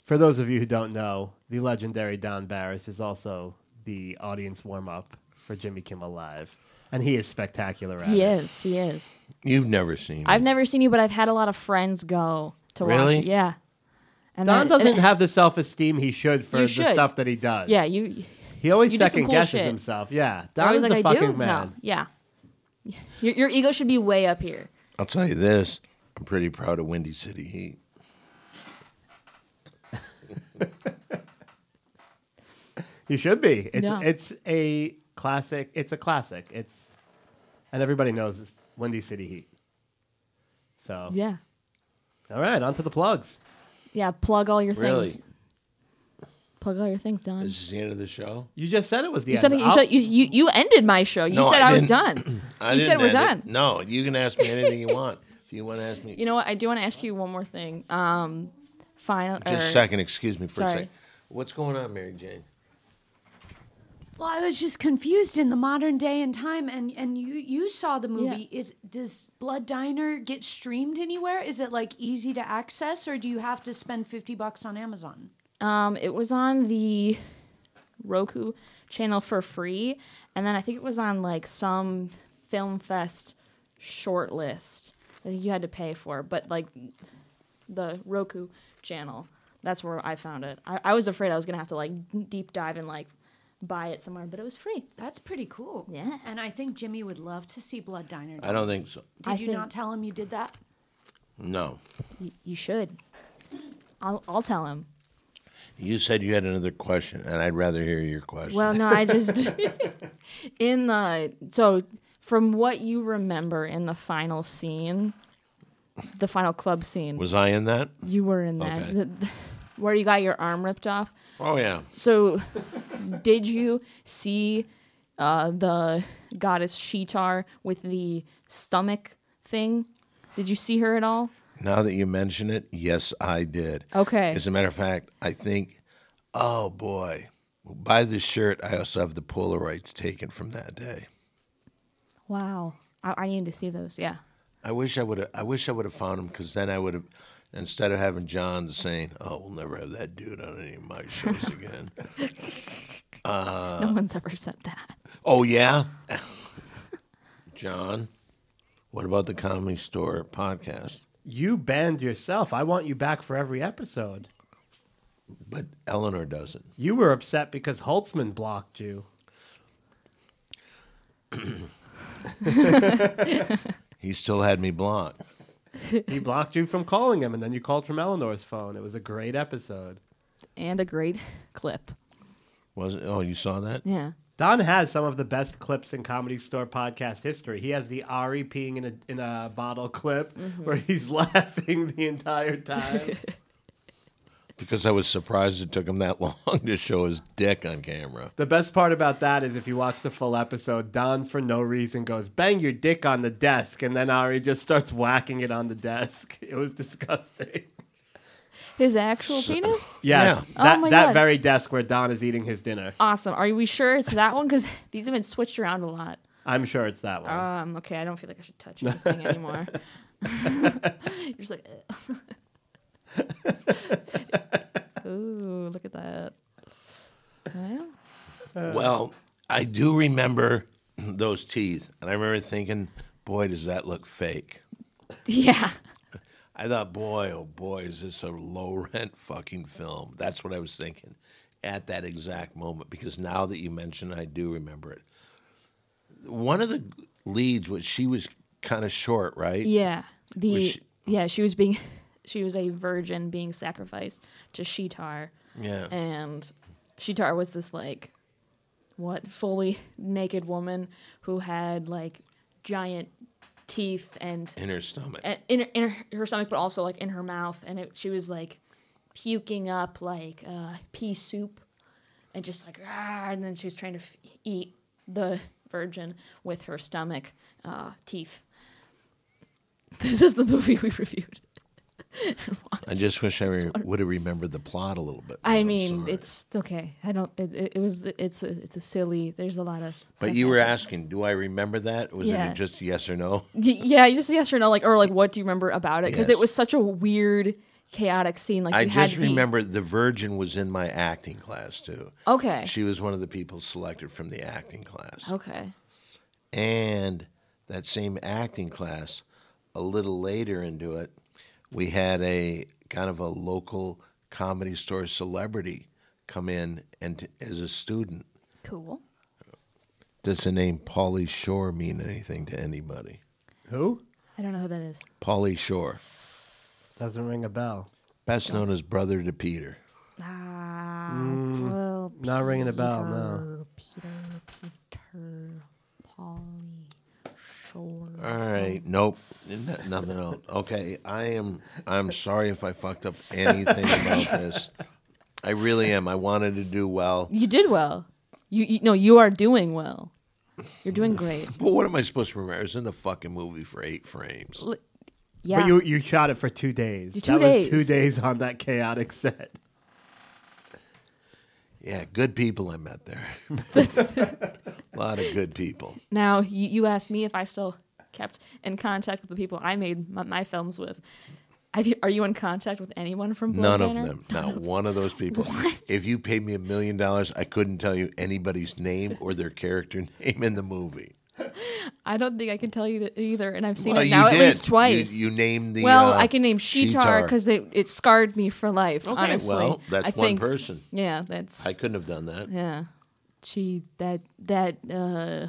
[SPEAKER 3] For those of you who don't know, the legendary Don Barris is also the audience warm up for Jimmy Kimmel Live. And he is spectacular at
[SPEAKER 1] He
[SPEAKER 3] it.
[SPEAKER 1] is. He is.
[SPEAKER 2] You've never seen
[SPEAKER 1] I've
[SPEAKER 2] it.
[SPEAKER 1] never seen you, but I've had a lot of friends go to
[SPEAKER 2] Really?
[SPEAKER 1] watch it. Yeah. And
[SPEAKER 3] Don
[SPEAKER 1] then- and
[SPEAKER 3] doesn't have the self esteem he should for
[SPEAKER 1] You
[SPEAKER 3] the
[SPEAKER 1] should.
[SPEAKER 3] stuff that he does.
[SPEAKER 1] Yeah, you.
[SPEAKER 3] He always
[SPEAKER 1] You do some
[SPEAKER 3] second
[SPEAKER 1] cool
[SPEAKER 3] guesses
[SPEAKER 1] shit.
[SPEAKER 3] himself. Yeah.
[SPEAKER 1] I
[SPEAKER 3] Don
[SPEAKER 1] was
[SPEAKER 3] is
[SPEAKER 1] like,
[SPEAKER 3] the
[SPEAKER 1] I
[SPEAKER 3] fucking
[SPEAKER 1] do.
[SPEAKER 3] man.
[SPEAKER 1] No. Yeah. Your, your ego should be way up here.
[SPEAKER 2] I'll tell you this. I'm pretty proud of Windy City Heat.
[SPEAKER 3] You should be. It's
[SPEAKER 1] No.
[SPEAKER 3] it's a classic. It's a classic. It's and everybody knows it's Windy City Heat. So
[SPEAKER 1] Yeah.
[SPEAKER 3] all right, on to the plugs.
[SPEAKER 1] Yeah. Plug all your
[SPEAKER 2] Really?
[SPEAKER 1] things. Plug all your things, Don.
[SPEAKER 2] This is the end of the show?
[SPEAKER 3] You just said it was the
[SPEAKER 1] You
[SPEAKER 3] end.
[SPEAKER 1] said, you,
[SPEAKER 3] I'll-
[SPEAKER 1] said you, you you ended my show. You
[SPEAKER 2] No,
[SPEAKER 1] said
[SPEAKER 2] I
[SPEAKER 1] I, was
[SPEAKER 2] didn't.
[SPEAKER 1] done.
[SPEAKER 2] I
[SPEAKER 1] You
[SPEAKER 2] didn't
[SPEAKER 1] said we're
[SPEAKER 2] end it.
[SPEAKER 1] done.
[SPEAKER 2] No, you can ask me anything you want. If you want to ask me.
[SPEAKER 1] You know what? I do want to ask you one more thing. Um, final.
[SPEAKER 2] Just a
[SPEAKER 1] or-
[SPEAKER 2] second. Excuse me for a
[SPEAKER 1] Sorry.
[SPEAKER 2] second. What's going on, Mary Jane?
[SPEAKER 4] Well, I was just confused in the modern day and time, and and you you saw the movie. Is does Blood Diner get streamed anywhere? Is it like easy to access, or do you have to spend fifty bucks on Amazon?
[SPEAKER 1] Um, it was on the Roku channel for free, and then I think it was on like some film fest short list. I think you had to pay for, but like the Roku channel. That's where I found it. I, I was afraid I was gonna have to like deep dive and like buy it somewhere, but it was free.
[SPEAKER 4] That's pretty cool. Uh,
[SPEAKER 1] Yeah.
[SPEAKER 4] And I think Jimmy would love to see Blood Diner.
[SPEAKER 2] I don't think so.
[SPEAKER 4] Did
[SPEAKER 1] I
[SPEAKER 4] you
[SPEAKER 1] think-
[SPEAKER 4] not tell him you did that?
[SPEAKER 2] No.
[SPEAKER 1] Y- you should. I'll I'll tell him.
[SPEAKER 2] You said you had another question, and I'd rather hear your question.
[SPEAKER 1] Well, no, I just in the so from what you remember in the final scene, the final club scene,
[SPEAKER 2] Was I in that?
[SPEAKER 1] you were in that
[SPEAKER 2] Okay.
[SPEAKER 1] the- the- where you got your arm ripped off.
[SPEAKER 2] Oh, yeah.
[SPEAKER 1] So, did you see uh, the goddess Shetar with the stomach thing? Did you see her at all?
[SPEAKER 2] Now that you mention it, yes, I did.
[SPEAKER 1] Okay.
[SPEAKER 2] As a matter of fact, I think, oh boy, by this shirt, I also have the Polaroids taken from that day.
[SPEAKER 1] Wow. I, I need to see those. Yeah.
[SPEAKER 2] I wish I would have. I wish I would have found him because then I would have, instead of having John saying, "Oh, we'll never have that dude on any of my shows again."
[SPEAKER 1] no one's ever said that.
[SPEAKER 2] oh yeah, John. What about the Comedy Store podcast?
[SPEAKER 3] You banned yourself. I want you back for every episode.
[SPEAKER 2] But Eleanor doesn't.
[SPEAKER 3] You were upset because Holtzman blocked you.
[SPEAKER 2] He still had me blocked.
[SPEAKER 3] He blocked you from calling him, and then you called from Eleanor's phone. It was a great episode.
[SPEAKER 1] And a great clip.
[SPEAKER 2] Was it? Oh, you saw that?
[SPEAKER 1] Yeah.
[SPEAKER 3] Don has some of the best clips in Comedy Store podcast history. He has the Ari peeing in a, in a bottle clip
[SPEAKER 1] Mm-hmm.
[SPEAKER 3] where he's laughing the entire time.
[SPEAKER 2] Because I was surprised it took him that long to show his dick on camera.
[SPEAKER 3] the best part about that is if you watch the full episode, Don, for no reason, goes, bang your dick on the desk. And then Ari just starts whacking it on the desk. It was disgusting.
[SPEAKER 1] His actual penis?
[SPEAKER 3] Yes,
[SPEAKER 1] Yeah.
[SPEAKER 3] that,
[SPEAKER 1] Oh my
[SPEAKER 3] that
[SPEAKER 1] God.
[SPEAKER 3] very desk where Don is eating his dinner.
[SPEAKER 1] Awesome. Are we sure it's that one? Because these have been switched around a lot.
[SPEAKER 3] I'm sure it's that one.
[SPEAKER 1] Um, okay, I don't feel like I should touch anything anymore. You're just like, "Ugh." ooh, look at that. Well,
[SPEAKER 2] Well, I do remember those teeth, and I remember thinking, boy, does that look fake.
[SPEAKER 1] yeah.
[SPEAKER 2] I thought, boy, oh boy, is this a low rent fucking film? That's what I was thinking at that exact moment because now that you mention it, I do remember it. One of the leads was she was kind of short, right?
[SPEAKER 1] Yeah. The
[SPEAKER 2] Was she-
[SPEAKER 1] yeah, she was being she was a virgin being sacrificed to Shetar.
[SPEAKER 2] Yeah.
[SPEAKER 1] And Shetar was this like what fully naked woman who had like giant teeth and
[SPEAKER 2] In her stomach.
[SPEAKER 1] and in her- in her, her stomach but also like in her mouth and it, she was like puking up like uh, pea soup and just like "Ah," and then she was trying to f- eat the virgin with her stomach uh, teeth this is the movie we reviewed
[SPEAKER 2] I just wish I re- would have remembered the plot a little bit.
[SPEAKER 1] i
[SPEAKER 2] more, I'm
[SPEAKER 1] mean
[SPEAKER 2] sorry.
[SPEAKER 1] it's okay i don't it, it, it was it's a, it's a silly there's a lot of
[SPEAKER 2] But
[SPEAKER 1] stuff
[SPEAKER 2] you were
[SPEAKER 1] out
[SPEAKER 2] asking, do I remember that? Was
[SPEAKER 1] Yeah.
[SPEAKER 2] it just yes or no?
[SPEAKER 1] there. Y- yeah you just yes or no like or like what do you remember about it because
[SPEAKER 2] Yes.
[SPEAKER 1] it was such a weird chaotic scene like
[SPEAKER 2] I
[SPEAKER 1] you had
[SPEAKER 2] just
[SPEAKER 1] to be-
[SPEAKER 2] remember the Virgin was in my acting class too.
[SPEAKER 1] okay
[SPEAKER 2] She was one of the people selected from the acting class.
[SPEAKER 1] okay
[SPEAKER 2] And that same acting class, a little later into it, we had a kind of a local comedy store celebrity come in and t- as a student.
[SPEAKER 1] cool
[SPEAKER 2] Does the name Polly Shore mean anything to anybody?
[SPEAKER 3] Who?
[SPEAKER 1] I don't know who that is.
[SPEAKER 2] Polly Shore,
[SPEAKER 3] Doesn't ring a bell.
[SPEAKER 2] best known as brother to Peter.
[SPEAKER 1] Ah,
[SPEAKER 3] Not ringing a bell, no.
[SPEAKER 1] Peter, Peter, Polly, Shore.
[SPEAKER 2] All right, nope, N- nothing else. Okay, I am. I'm sorry if I fucked up anything about this. I really am. I wanted to do well.
[SPEAKER 1] You did well. You, you no, you are doing well. You're doing great.
[SPEAKER 2] But what am I supposed to remember? It's in the fucking movie for eight frames.
[SPEAKER 1] Yeah.
[SPEAKER 3] But you you shot it for two days.
[SPEAKER 1] Two
[SPEAKER 3] that was
[SPEAKER 1] days.
[SPEAKER 3] two days on that chaotic set.
[SPEAKER 2] Yeah, good people I met there. A lot of good people.
[SPEAKER 1] now you, you asked me if I still kept in contact with the people I made my, my films with. Have you, are you in contact with anyone from Blade
[SPEAKER 2] None of
[SPEAKER 1] Runner?
[SPEAKER 2] them. Not one of those people. If you paid me a million dollars, I couldn't tell you anybody's name or their character name in the movie.
[SPEAKER 1] I don't think I can tell you that either, and I've seen
[SPEAKER 2] Well,
[SPEAKER 1] it
[SPEAKER 2] you
[SPEAKER 1] now
[SPEAKER 2] did.
[SPEAKER 1] at least twice.
[SPEAKER 2] You, you named the.
[SPEAKER 1] well,
[SPEAKER 2] uh,
[SPEAKER 1] I can name Sheetar because it scarred me for life.
[SPEAKER 2] Okay,
[SPEAKER 1] honestly,
[SPEAKER 2] well, that's
[SPEAKER 1] I
[SPEAKER 2] one
[SPEAKER 1] think-
[SPEAKER 2] person.
[SPEAKER 1] Yeah, that's
[SPEAKER 2] I couldn't have done that.
[SPEAKER 1] yeah. She that that uh,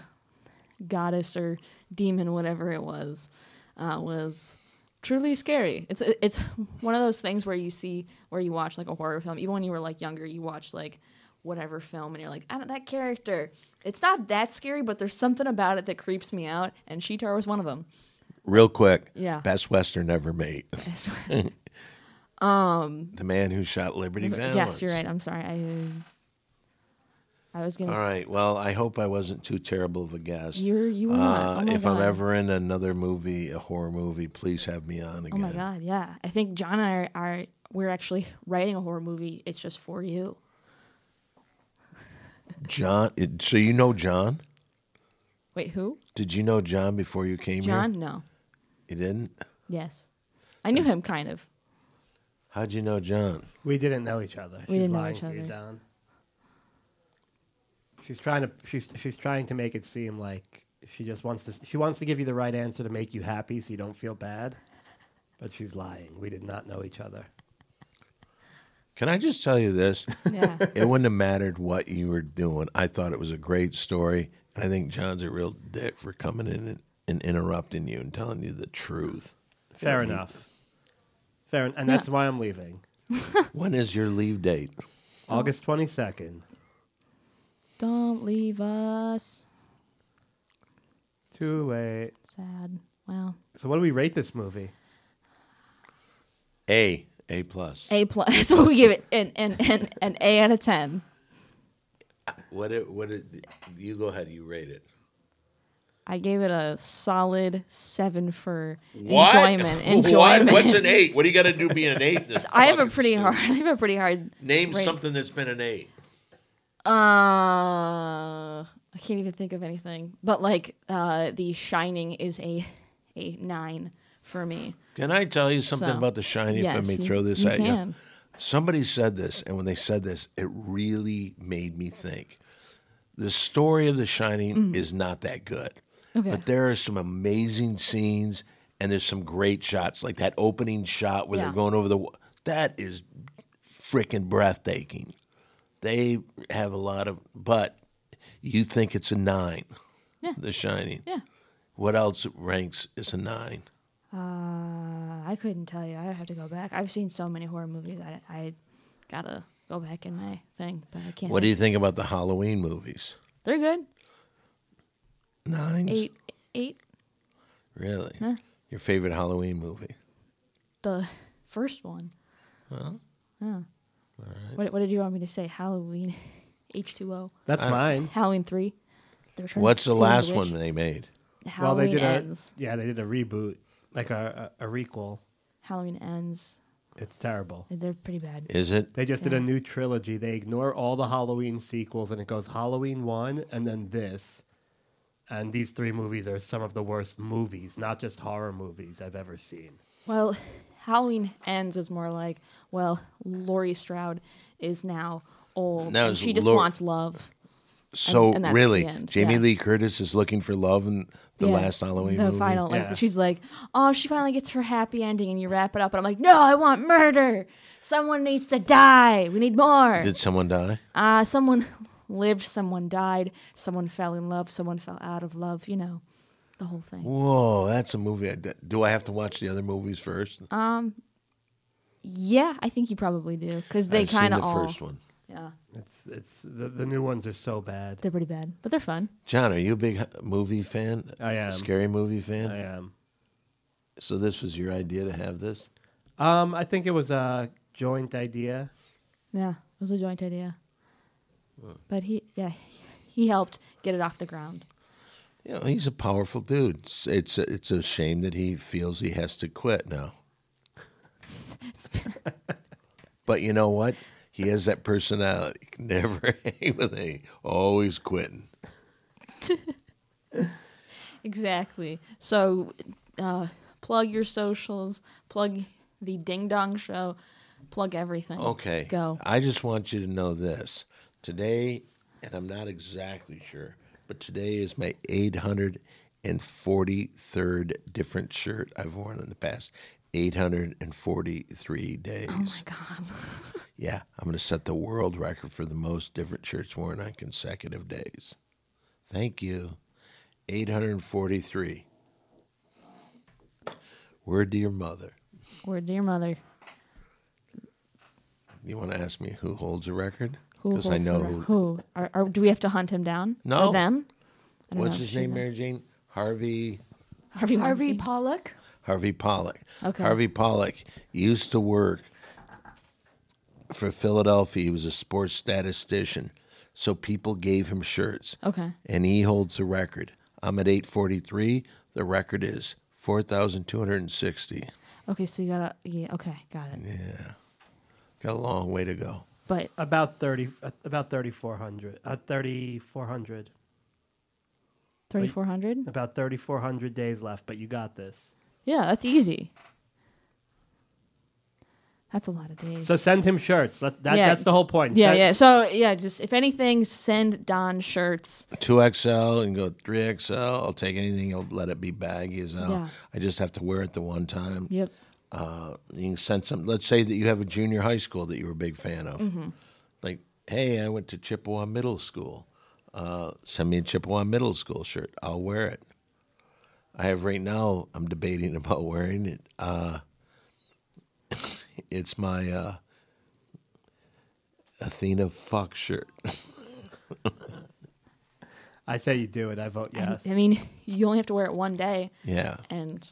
[SPEAKER 1] goddess or demon, whatever it was, uh, was truly scary. It's it's one of those things where you see where you watch like a horror film, even when you were like younger, you watch like whatever film and you're like, I don't that character. It's not that scary, but there's something about it that creeps me out, and Sheetar was one of them.
[SPEAKER 2] Real quick.
[SPEAKER 1] Yeah.
[SPEAKER 2] Best Western ever made. the man who shot Liberty Valance.
[SPEAKER 1] Yes, you're right. I'm sorry. I I was gonna.
[SPEAKER 2] All right. Well, I hope I wasn't too terrible of a guest.
[SPEAKER 1] You're- you were not.
[SPEAKER 2] Uh,
[SPEAKER 1] Oh my
[SPEAKER 2] if I'm
[SPEAKER 1] God.
[SPEAKER 2] ever in another movie, a horror movie, please have me on again.
[SPEAKER 1] Oh my god, yeah. I think John and I are we're actually writing a horror movie. It's just for you.
[SPEAKER 2] John. It, so you know John?
[SPEAKER 1] Wait, who?
[SPEAKER 2] Did you know John before you came
[SPEAKER 1] John?
[SPEAKER 2] here?
[SPEAKER 1] No.
[SPEAKER 2] You didn't.
[SPEAKER 1] Yes. I knew him kind of.
[SPEAKER 2] How'd you know John?
[SPEAKER 3] We didn't know each other. She's
[SPEAKER 1] didn't know
[SPEAKER 3] lying
[SPEAKER 1] each
[SPEAKER 3] to you,
[SPEAKER 1] other.
[SPEAKER 3] Don. She's trying to she's she's trying to make it seem like she just wants to she wants to give you the right answer to make you happy so you don't feel bad. But she's lying. We did not know each other.
[SPEAKER 2] Can I just tell you this?
[SPEAKER 1] Yeah.
[SPEAKER 2] it wouldn't have mattered what you were doing. I thought it was a great story. I think John's a real dick for coming in and, and interrupting you and telling you the truth.
[SPEAKER 3] Fair
[SPEAKER 1] Mm-hmm.
[SPEAKER 3] enough. Fair en- and that's why I'm leaving.
[SPEAKER 2] when is your leave date?
[SPEAKER 1] Oh.
[SPEAKER 3] August 22nd,
[SPEAKER 1] Don't leave us
[SPEAKER 3] Too late.
[SPEAKER 1] sad. Well,
[SPEAKER 3] So what do we rate this movie?
[SPEAKER 2] A. A plus.
[SPEAKER 1] A plus. That's what we give it. An an an, an A out of ten.
[SPEAKER 2] What it what it you go ahead, you rate it.
[SPEAKER 1] I gave it a solid seven for
[SPEAKER 2] What?
[SPEAKER 1] enjoyment.
[SPEAKER 2] What?
[SPEAKER 1] Enjoyment.
[SPEAKER 2] What's an eight? What do you got to do being an eight? That's
[SPEAKER 1] I have a
[SPEAKER 2] fucking
[SPEAKER 1] pretty
[SPEAKER 2] stupid.
[SPEAKER 1] hard. I have a pretty hard.
[SPEAKER 2] Name
[SPEAKER 1] rate.
[SPEAKER 2] something that's been an eight.
[SPEAKER 1] Uh, I can't even think of anything. But like, uh, The Shining is a a nine for me.
[SPEAKER 2] Can I tell you something
[SPEAKER 1] So,
[SPEAKER 2] about The Shining? if I
[SPEAKER 1] yes,
[SPEAKER 2] may
[SPEAKER 1] you-
[SPEAKER 2] throw this
[SPEAKER 1] you
[SPEAKER 2] at you.
[SPEAKER 1] can.
[SPEAKER 2] Somebody said this, and when they said this, it really made me think. The story of The Shining is not that good,
[SPEAKER 1] Mm-hmm. Okay.
[SPEAKER 2] but there are some amazing scenes, and there's some great shots, like that opening shot where
[SPEAKER 1] Yeah.
[SPEAKER 2] they're going over the. wa- That is freaking breathtaking. They have a lot of, but you think it's a nine, The Shining.
[SPEAKER 1] Yeah.
[SPEAKER 2] What else ranks as a nine?
[SPEAKER 1] Uh, I couldn't tell you. I'd have to go back. I've seen so many horror movies that I, I gotta go back in my thing, but I can't.
[SPEAKER 2] What do you think about the Halloween movies?
[SPEAKER 1] They're good.
[SPEAKER 2] Nines?
[SPEAKER 1] Eight, eight.
[SPEAKER 2] Really? Your favorite Halloween movie?
[SPEAKER 1] The first one. Well. Yeah. What, what did you want me to say? Halloween, H two O.
[SPEAKER 3] That's mine.
[SPEAKER 1] Halloween three. The Return of
[SPEAKER 2] What's
[SPEAKER 1] Season
[SPEAKER 2] the
[SPEAKER 1] of
[SPEAKER 2] last
[SPEAKER 1] Witch.
[SPEAKER 2] one they made?
[SPEAKER 1] Halloween
[SPEAKER 3] well, they did
[SPEAKER 1] ends.
[SPEAKER 3] a yeah, they did a reboot, like a a, a requel.
[SPEAKER 1] Halloween ends.
[SPEAKER 3] It's terrible.
[SPEAKER 1] They're pretty bad.
[SPEAKER 2] Is it?
[SPEAKER 3] They just did a new trilogy. They ignore all the Halloween sequels, and it goes Halloween one, and then this, and these three movies are some of the worst movies, not just horror movies I've ever seen.
[SPEAKER 1] Well, Halloween ends is more like well, Laurie Stroud is now old.
[SPEAKER 2] That
[SPEAKER 1] and
[SPEAKER 2] was
[SPEAKER 1] she just
[SPEAKER 2] Lor-
[SPEAKER 1] wants love.
[SPEAKER 2] So
[SPEAKER 1] and that's
[SPEAKER 2] really,
[SPEAKER 1] the end,
[SPEAKER 2] Jamie
[SPEAKER 1] yeah.
[SPEAKER 2] Lee Curtis is looking for love in the
[SPEAKER 1] Yeah.
[SPEAKER 2] last Halloween
[SPEAKER 1] the
[SPEAKER 2] movie.
[SPEAKER 1] final like
[SPEAKER 3] Yeah.
[SPEAKER 1] she's like oh she finally gets her happy ending and you wrap it up and i'm like no i want murder someone needs to die we need more
[SPEAKER 2] Did someone die?
[SPEAKER 1] uh someone lived someone died someone fell in love someone fell out of love you know the whole thing
[SPEAKER 2] Whoa, that's a movie. I d do I have to watch the other movies first?
[SPEAKER 1] Uh, yeah i think you probably do because they
[SPEAKER 2] I've seen
[SPEAKER 1] kind
[SPEAKER 2] the
[SPEAKER 1] of all
[SPEAKER 2] first one.
[SPEAKER 1] yeah
[SPEAKER 3] It's it's the, the new ones are so bad.
[SPEAKER 1] they're pretty bad but they're fun
[SPEAKER 2] John, are you a big h- movie fan?
[SPEAKER 3] I am.
[SPEAKER 2] Scary movie fan.
[SPEAKER 3] I am.
[SPEAKER 2] So this was your idea to have this?
[SPEAKER 3] Um, I think it was a joint idea.
[SPEAKER 1] yeah it was a joint idea but he yeah he helped get it off the ground
[SPEAKER 2] You know, he's a powerful dude. It's it's a, it's a shame that he feels he has to quit now. but you know what? He has that personality. Never hang with a always quitting.
[SPEAKER 1] Exactly. So, uh, plug your socials, plug the Ding Dong Show, plug everything.
[SPEAKER 2] Okay.
[SPEAKER 1] Go.
[SPEAKER 2] I just want you to know this. Today, and I'm not exactly sure, but today is my 843rd different shirt I've worn in the past 843 days.
[SPEAKER 1] Oh my God.
[SPEAKER 2] Yeah, I'm going to set the world record for the most different shirts worn on consecutive days. Thank you. 843. Word to your mother.
[SPEAKER 1] Or dear mother.
[SPEAKER 2] You want to ask me who holds the record?
[SPEAKER 1] Who?
[SPEAKER 2] Because I
[SPEAKER 1] holds the
[SPEAKER 2] know
[SPEAKER 1] re-
[SPEAKER 2] who.
[SPEAKER 1] Who? Are, are, do we have to hunt him down?
[SPEAKER 2] No.
[SPEAKER 1] Or them? I don't
[SPEAKER 2] What's
[SPEAKER 1] know.
[SPEAKER 2] his
[SPEAKER 1] She
[SPEAKER 2] name,
[SPEAKER 1] knows.
[SPEAKER 2] Mary Jane? Harvey.
[SPEAKER 1] Harvey.
[SPEAKER 4] Harvey
[SPEAKER 1] Harvey.
[SPEAKER 4] Pollock.
[SPEAKER 2] Harvey Pollock.
[SPEAKER 1] Okay.
[SPEAKER 2] Harvey Pollock used to work for Philadelphia. He was a sports statistician So people gave him shirts.
[SPEAKER 1] Okay.
[SPEAKER 2] And he holds the record. I'm at 843. The record is 4,260.
[SPEAKER 1] Okay, so you gotta. Yeah. Okay, got it.
[SPEAKER 2] Got a long way to go.
[SPEAKER 1] But
[SPEAKER 3] About thirty, about thirty four hundred, uh, thirty four hundred,
[SPEAKER 1] thirty four hundred.
[SPEAKER 3] about thirty four hundred days left. But you got this.
[SPEAKER 1] Yeah, that's easy. That's a lot of days.
[SPEAKER 3] So send him shirts. Let, that,
[SPEAKER 1] Yeah.
[SPEAKER 3] That's the whole point.
[SPEAKER 1] yeah,
[SPEAKER 3] Send-
[SPEAKER 1] yeah. So yeah, just if anything, send Don shirts.
[SPEAKER 2] 2XL and go 3XL. I'll take anything. I'll let it be baggy as hell.
[SPEAKER 1] Yeah.
[SPEAKER 2] I just have to wear it the one time.
[SPEAKER 1] Yep.
[SPEAKER 2] Uh, you can send some. Let's say that you have a junior high school that you were a big fan of.
[SPEAKER 1] Mm-hmm.
[SPEAKER 2] Like, hey, I went to Chippewa Middle School. Uh, send me a Chippewa Middle School shirt. I'll wear it. I have right now. I'm debating about wearing it. Uh, it's my uh, Athena fuck shirt.
[SPEAKER 3] I say you do it. I vote
[SPEAKER 1] I-
[SPEAKER 3] yes.
[SPEAKER 1] I, mean, you only have to wear it one day,
[SPEAKER 2] yeah.
[SPEAKER 1] and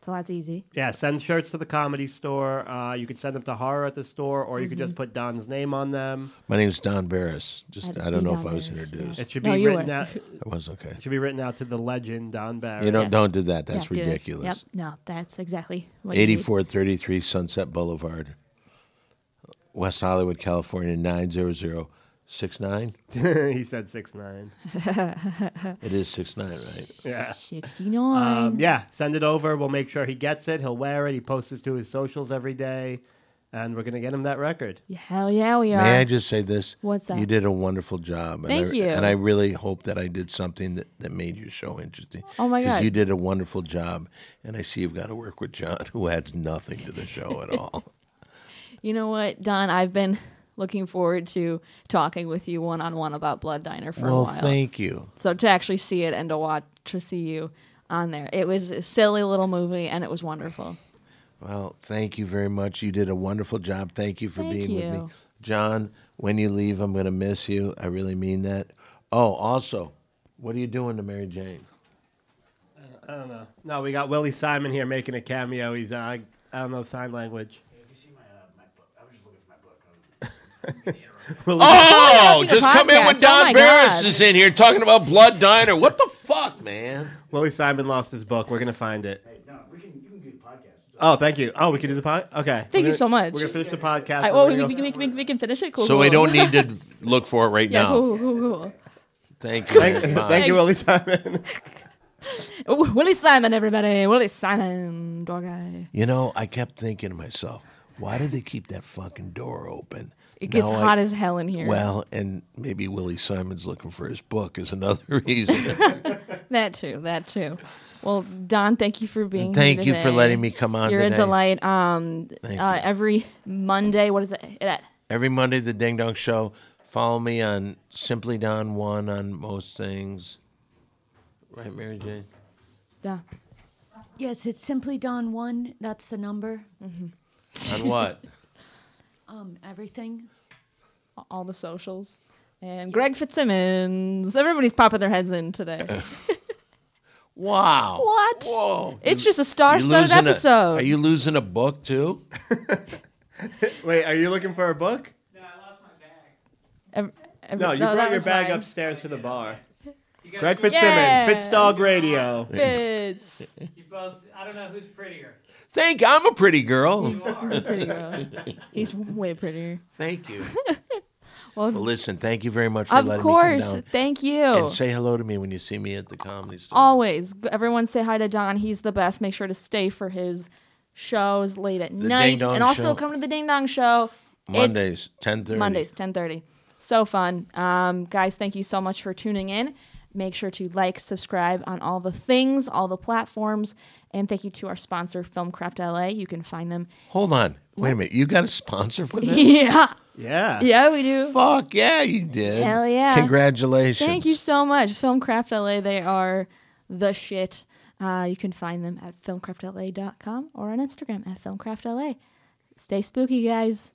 [SPEAKER 1] so that's easy.
[SPEAKER 3] yeah, send shirts to the comedy store. Uh, you could send them to horror at the store, or you could
[SPEAKER 1] Mm-hmm.
[SPEAKER 3] just put Don's name on them.
[SPEAKER 2] My name's Don Barris. Just
[SPEAKER 1] Had to
[SPEAKER 2] I don't
[SPEAKER 1] be
[SPEAKER 2] know
[SPEAKER 1] Don
[SPEAKER 2] if I was
[SPEAKER 1] Barris, yeah.
[SPEAKER 2] introduced.
[SPEAKER 3] It
[SPEAKER 2] It
[SPEAKER 3] should
[SPEAKER 1] No,
[SPEAKER 3] be
[SPEAKER 1] you
[SPEAKER 3] written
[SPEAKER 1] were.
[SPEAKER 3] out. It
[SPEAKER 2] was okay.
[SPEAKER 3] should be written out to the legend Don Barry.
[SPEAKER 2] You know,
[SPEAKER 1] Yes.
[SPEAKER 2] don't do that. That's
[SPEAKER 1] Yeah, do it.
[SPEAKER 2] ridiculous.
[SPEAKER 1] Yep. No, that's exactly what. you need.
[SPEAKER 2] 8433 Sunset Boulevard, West Hollywood, California, 90069.
[SPEAKER 3] he said six nine.
[SPEAKER 2] It is 69, right?
[SPEAKER 3] Yeah.
[SPEAKER 1] Sixty-nine.
[SPEAKER 3] Um, yeah, send it over. We'll make sure he gets it. He'll wear it. He posts it to his socials every day, and we're gonna get him that record.
[SPEAKER 1] Yeah, Hell yeah, we are.
[SPEAKER 2] May I just say this?
[SPEAKER 1] What's that?
[SPEAKER 2] You did a wonderful job. And
[SPEAKER 1] Thank
[SPEAKER 2] I,
[SPEAKER 1] you.
[SPEAKER 2] And I really hope that I did something that, that made your show interesting.
[SPEAKER 1] Oh, my
[SPEAKER 2] Because
[SPEAKER 1] God.
[SPEAKER 2] you did a wonderful job. And I see you've got to work with John, who adds nothing to the show at all.
[SPEAKER 1] You know what, Don? I've been looking forward to talking with you one-on-one about Blood Diner for a
[SPEAKER 2] well,
[SPEAKER 1] while.
[SPEAKER 2] thank you.
[SPEAKER 1] so to actually see it and to watch to see you on there, it was a silly little movie, and it was wonderful.
[SPEAKER 2] Well, thank you very much. You did a wonderful job. Thank you for
[SPEAKER 1] Thank
[SPEAKER 2] being with me.
[SPEAKER 1] you.
[SPEAKER 2] John, when you leave, I'm going to miss you. I really mean that. Oh, also, what are you doing to Mary Jane?
[SPEAKER 3] No, we got Willie Simon here making a cameo. He's uh, I don't know sign language. Willie-
[SPEAKER 2] Oh,
[SPEAKER 1] Welcome to the podcast. Oh, my God.
[SPEAKER 2] in here talking about Blood Diner. What the fuck, man?
[SPEAKER 3] Willie Simon lost his book. We're gonna find it.
[SPEAKER 6] No, we can you can do the podcast.
[SPEAKER 3] Oh, thank you. Oh, we can do the pod. Okay. Thank
[SPEAKER 1] you so much.
[SPEAKER 3] We're gonna finish the podcast.
[SPEAKER 1] I,
[SPEAKER 3] and
[SPEAKER 1] well,
[SPEAKER 3] we're
[SPEAKER 1] we,
[SPEAKER 3] gonna
[SPEAKER 1] we,
[SPEAKER 3] go-
[SPEAKER 1] we, we, we can finish it. Cool.
[SPEAKER 2] So
[SPEAKER 1] cool.
[SPEAKER 2] we don't need to look for it right
[SPEAKER 1] Yeah,
[SPEAKER 2] now.
[SPEAKER 1] cool, cool, cool,
[SPEAKER 2] Thank you.
[SPEAKER 3] Thank,
[SPEAKER 2] Bye.
[SPEAKER 3] thank you, Willie Simon.
[SPEAKER 1] cool. Ooh, Willie Simon, everybody. Willie Simon, dog guy.
[SPEAKER 2] You know, I kept thinking to myself, why do they keep that fucking door open?
[SPEAKER 1] It gets
[SPEAKER 2] Now I-
[SPEAKER 1] hot as hell in here.
[SPEAKER 2] Well, and maybe Willie Simon's looking for his book is another reason.
[SPEAKER 1] That too. That too. Well, Don, thank you for being.
[SPEAKER 2] Thank
[SPEAKER 1] here
[SPEAKER 2] you for
[SPEAKER 1] today.
[SPEAKER 2] letting me come on
[SPEAKER 1] You're
[SPEAKER 2] today.
[SPEAKER 1] a delight. Um,
[SPEAKER 2] Thank
[SPEAKER 1] uh,
[SPEAKER 2] you.
[SPEAKER 1] every Monday, what is it? uh, It-
[SPEAKER 2] Every Monday, the Ding Dong Show. Follow me on Simply Don One on most things. Right, Mary Jane?
[SPEAKER 1] yeah.
[SPEAKER 4] Yes, it's simply Don One. That's the number.
[SPEAKER 2] On what?
[SPEAKER 4] Um, everything.
[SPEAKER 1] all the socials. And Greg Fitzsimmons. Everybody's popping their heads in today.
[SPEAKER 2] wow.
[SPEAKER 1] What?
[SPEAKER 2] Whoa.
[SPEAKER 1] It's just a
[SPEAKER 2] You
[SPEAKER 1] star-studded
[SPEAKER 2] losing a-
[SPEAKER 1] episode.
[SPEAKER 2] are you losing a book too?
[SPEAKER 3] Wait, are you looking for a book?
[SPEAKER 7] No, I lost my bag.
[SPEAKER 1] Ev- ev-
[SPEAKER 3] No, you
[SPEAKER 1] that
[SPEAKER 3] brought your
[SPEAKER 1] was
[SPEAKER 3] bag
[SPEAKER 1] mine.
[SPEAKER 3] upstairs to the bar.
[SPEAKER 7] You guys
[SPEAKER 3] Greg
[SPEAKER 7] both-
[SPEAKER 3] Fitzsimmons,
[SPEAKER 1] Yeah.
[SPEAKER 3] Fitzdog Radio.
[SPEAKER 1] Fitz.
[SPEAKER 7] You both. I don't know who's prettier.
[SPEAKER 2] Thank. I'm a pretty girl.
[SPEAKER 1] He's pretty girl. He's way prettier.
[SPEAKER 2] Thank you.
[SPEAKER 1] Well-
[SPEAKER 2] well, listen. Thank you very much for
[SPEAKER 1] Of
[SPEAKER 2] letting
[SPEAKER 1] course. Oh.
[SPEAKER 2] me come
[SPEAKER 1] Thank
[SPEAKER 2] down.
[SPEAKER 1] you.
[SPEAKER 2] And say hello to me when you see me at the comedy store.
[SPEAKER 1] Always. G- Everyone say hi to Don. He's the best. Make sure to stay for his shows late at
[SPEAKER 2] The Ding
[SPEAKER 1] night.
[SPEAKER 2] Dong
[SPEAKER 1] And also
[SPEAKER 2] Show.
[SPEAKER 1] come to the Ding Dong Show. It's
[SPEAKER 2] Mondays, ten thirty.
[SPEAKER 1] Mondays, 10:30. So fun. Um, guys, thank you so much for tuning in. Make sure to like, subscribe on all the things, all the platforms, and thank you to our sponsor, Filmcraft LA. You can find them.
[SPEAKER 2] Hold on. Wait a minute. You got a sponsor for this?
[SPEAKER 1] Yeah,
[SPEAKER 3] Yeah.
[SPEAKER 1] yeah, we do.
[SPEAKER 2] Fuck yeah, you did.
[SPEAKER 1] Hell yeah.
[SPEAKER 2] Congratulations.
[SPEAKER 1] Thank you so much, Filmcraft LA. They are the shit. Uh, you can find them at filmcraftla.com or on Instagram at filmcraftla. Stay spooky, guys.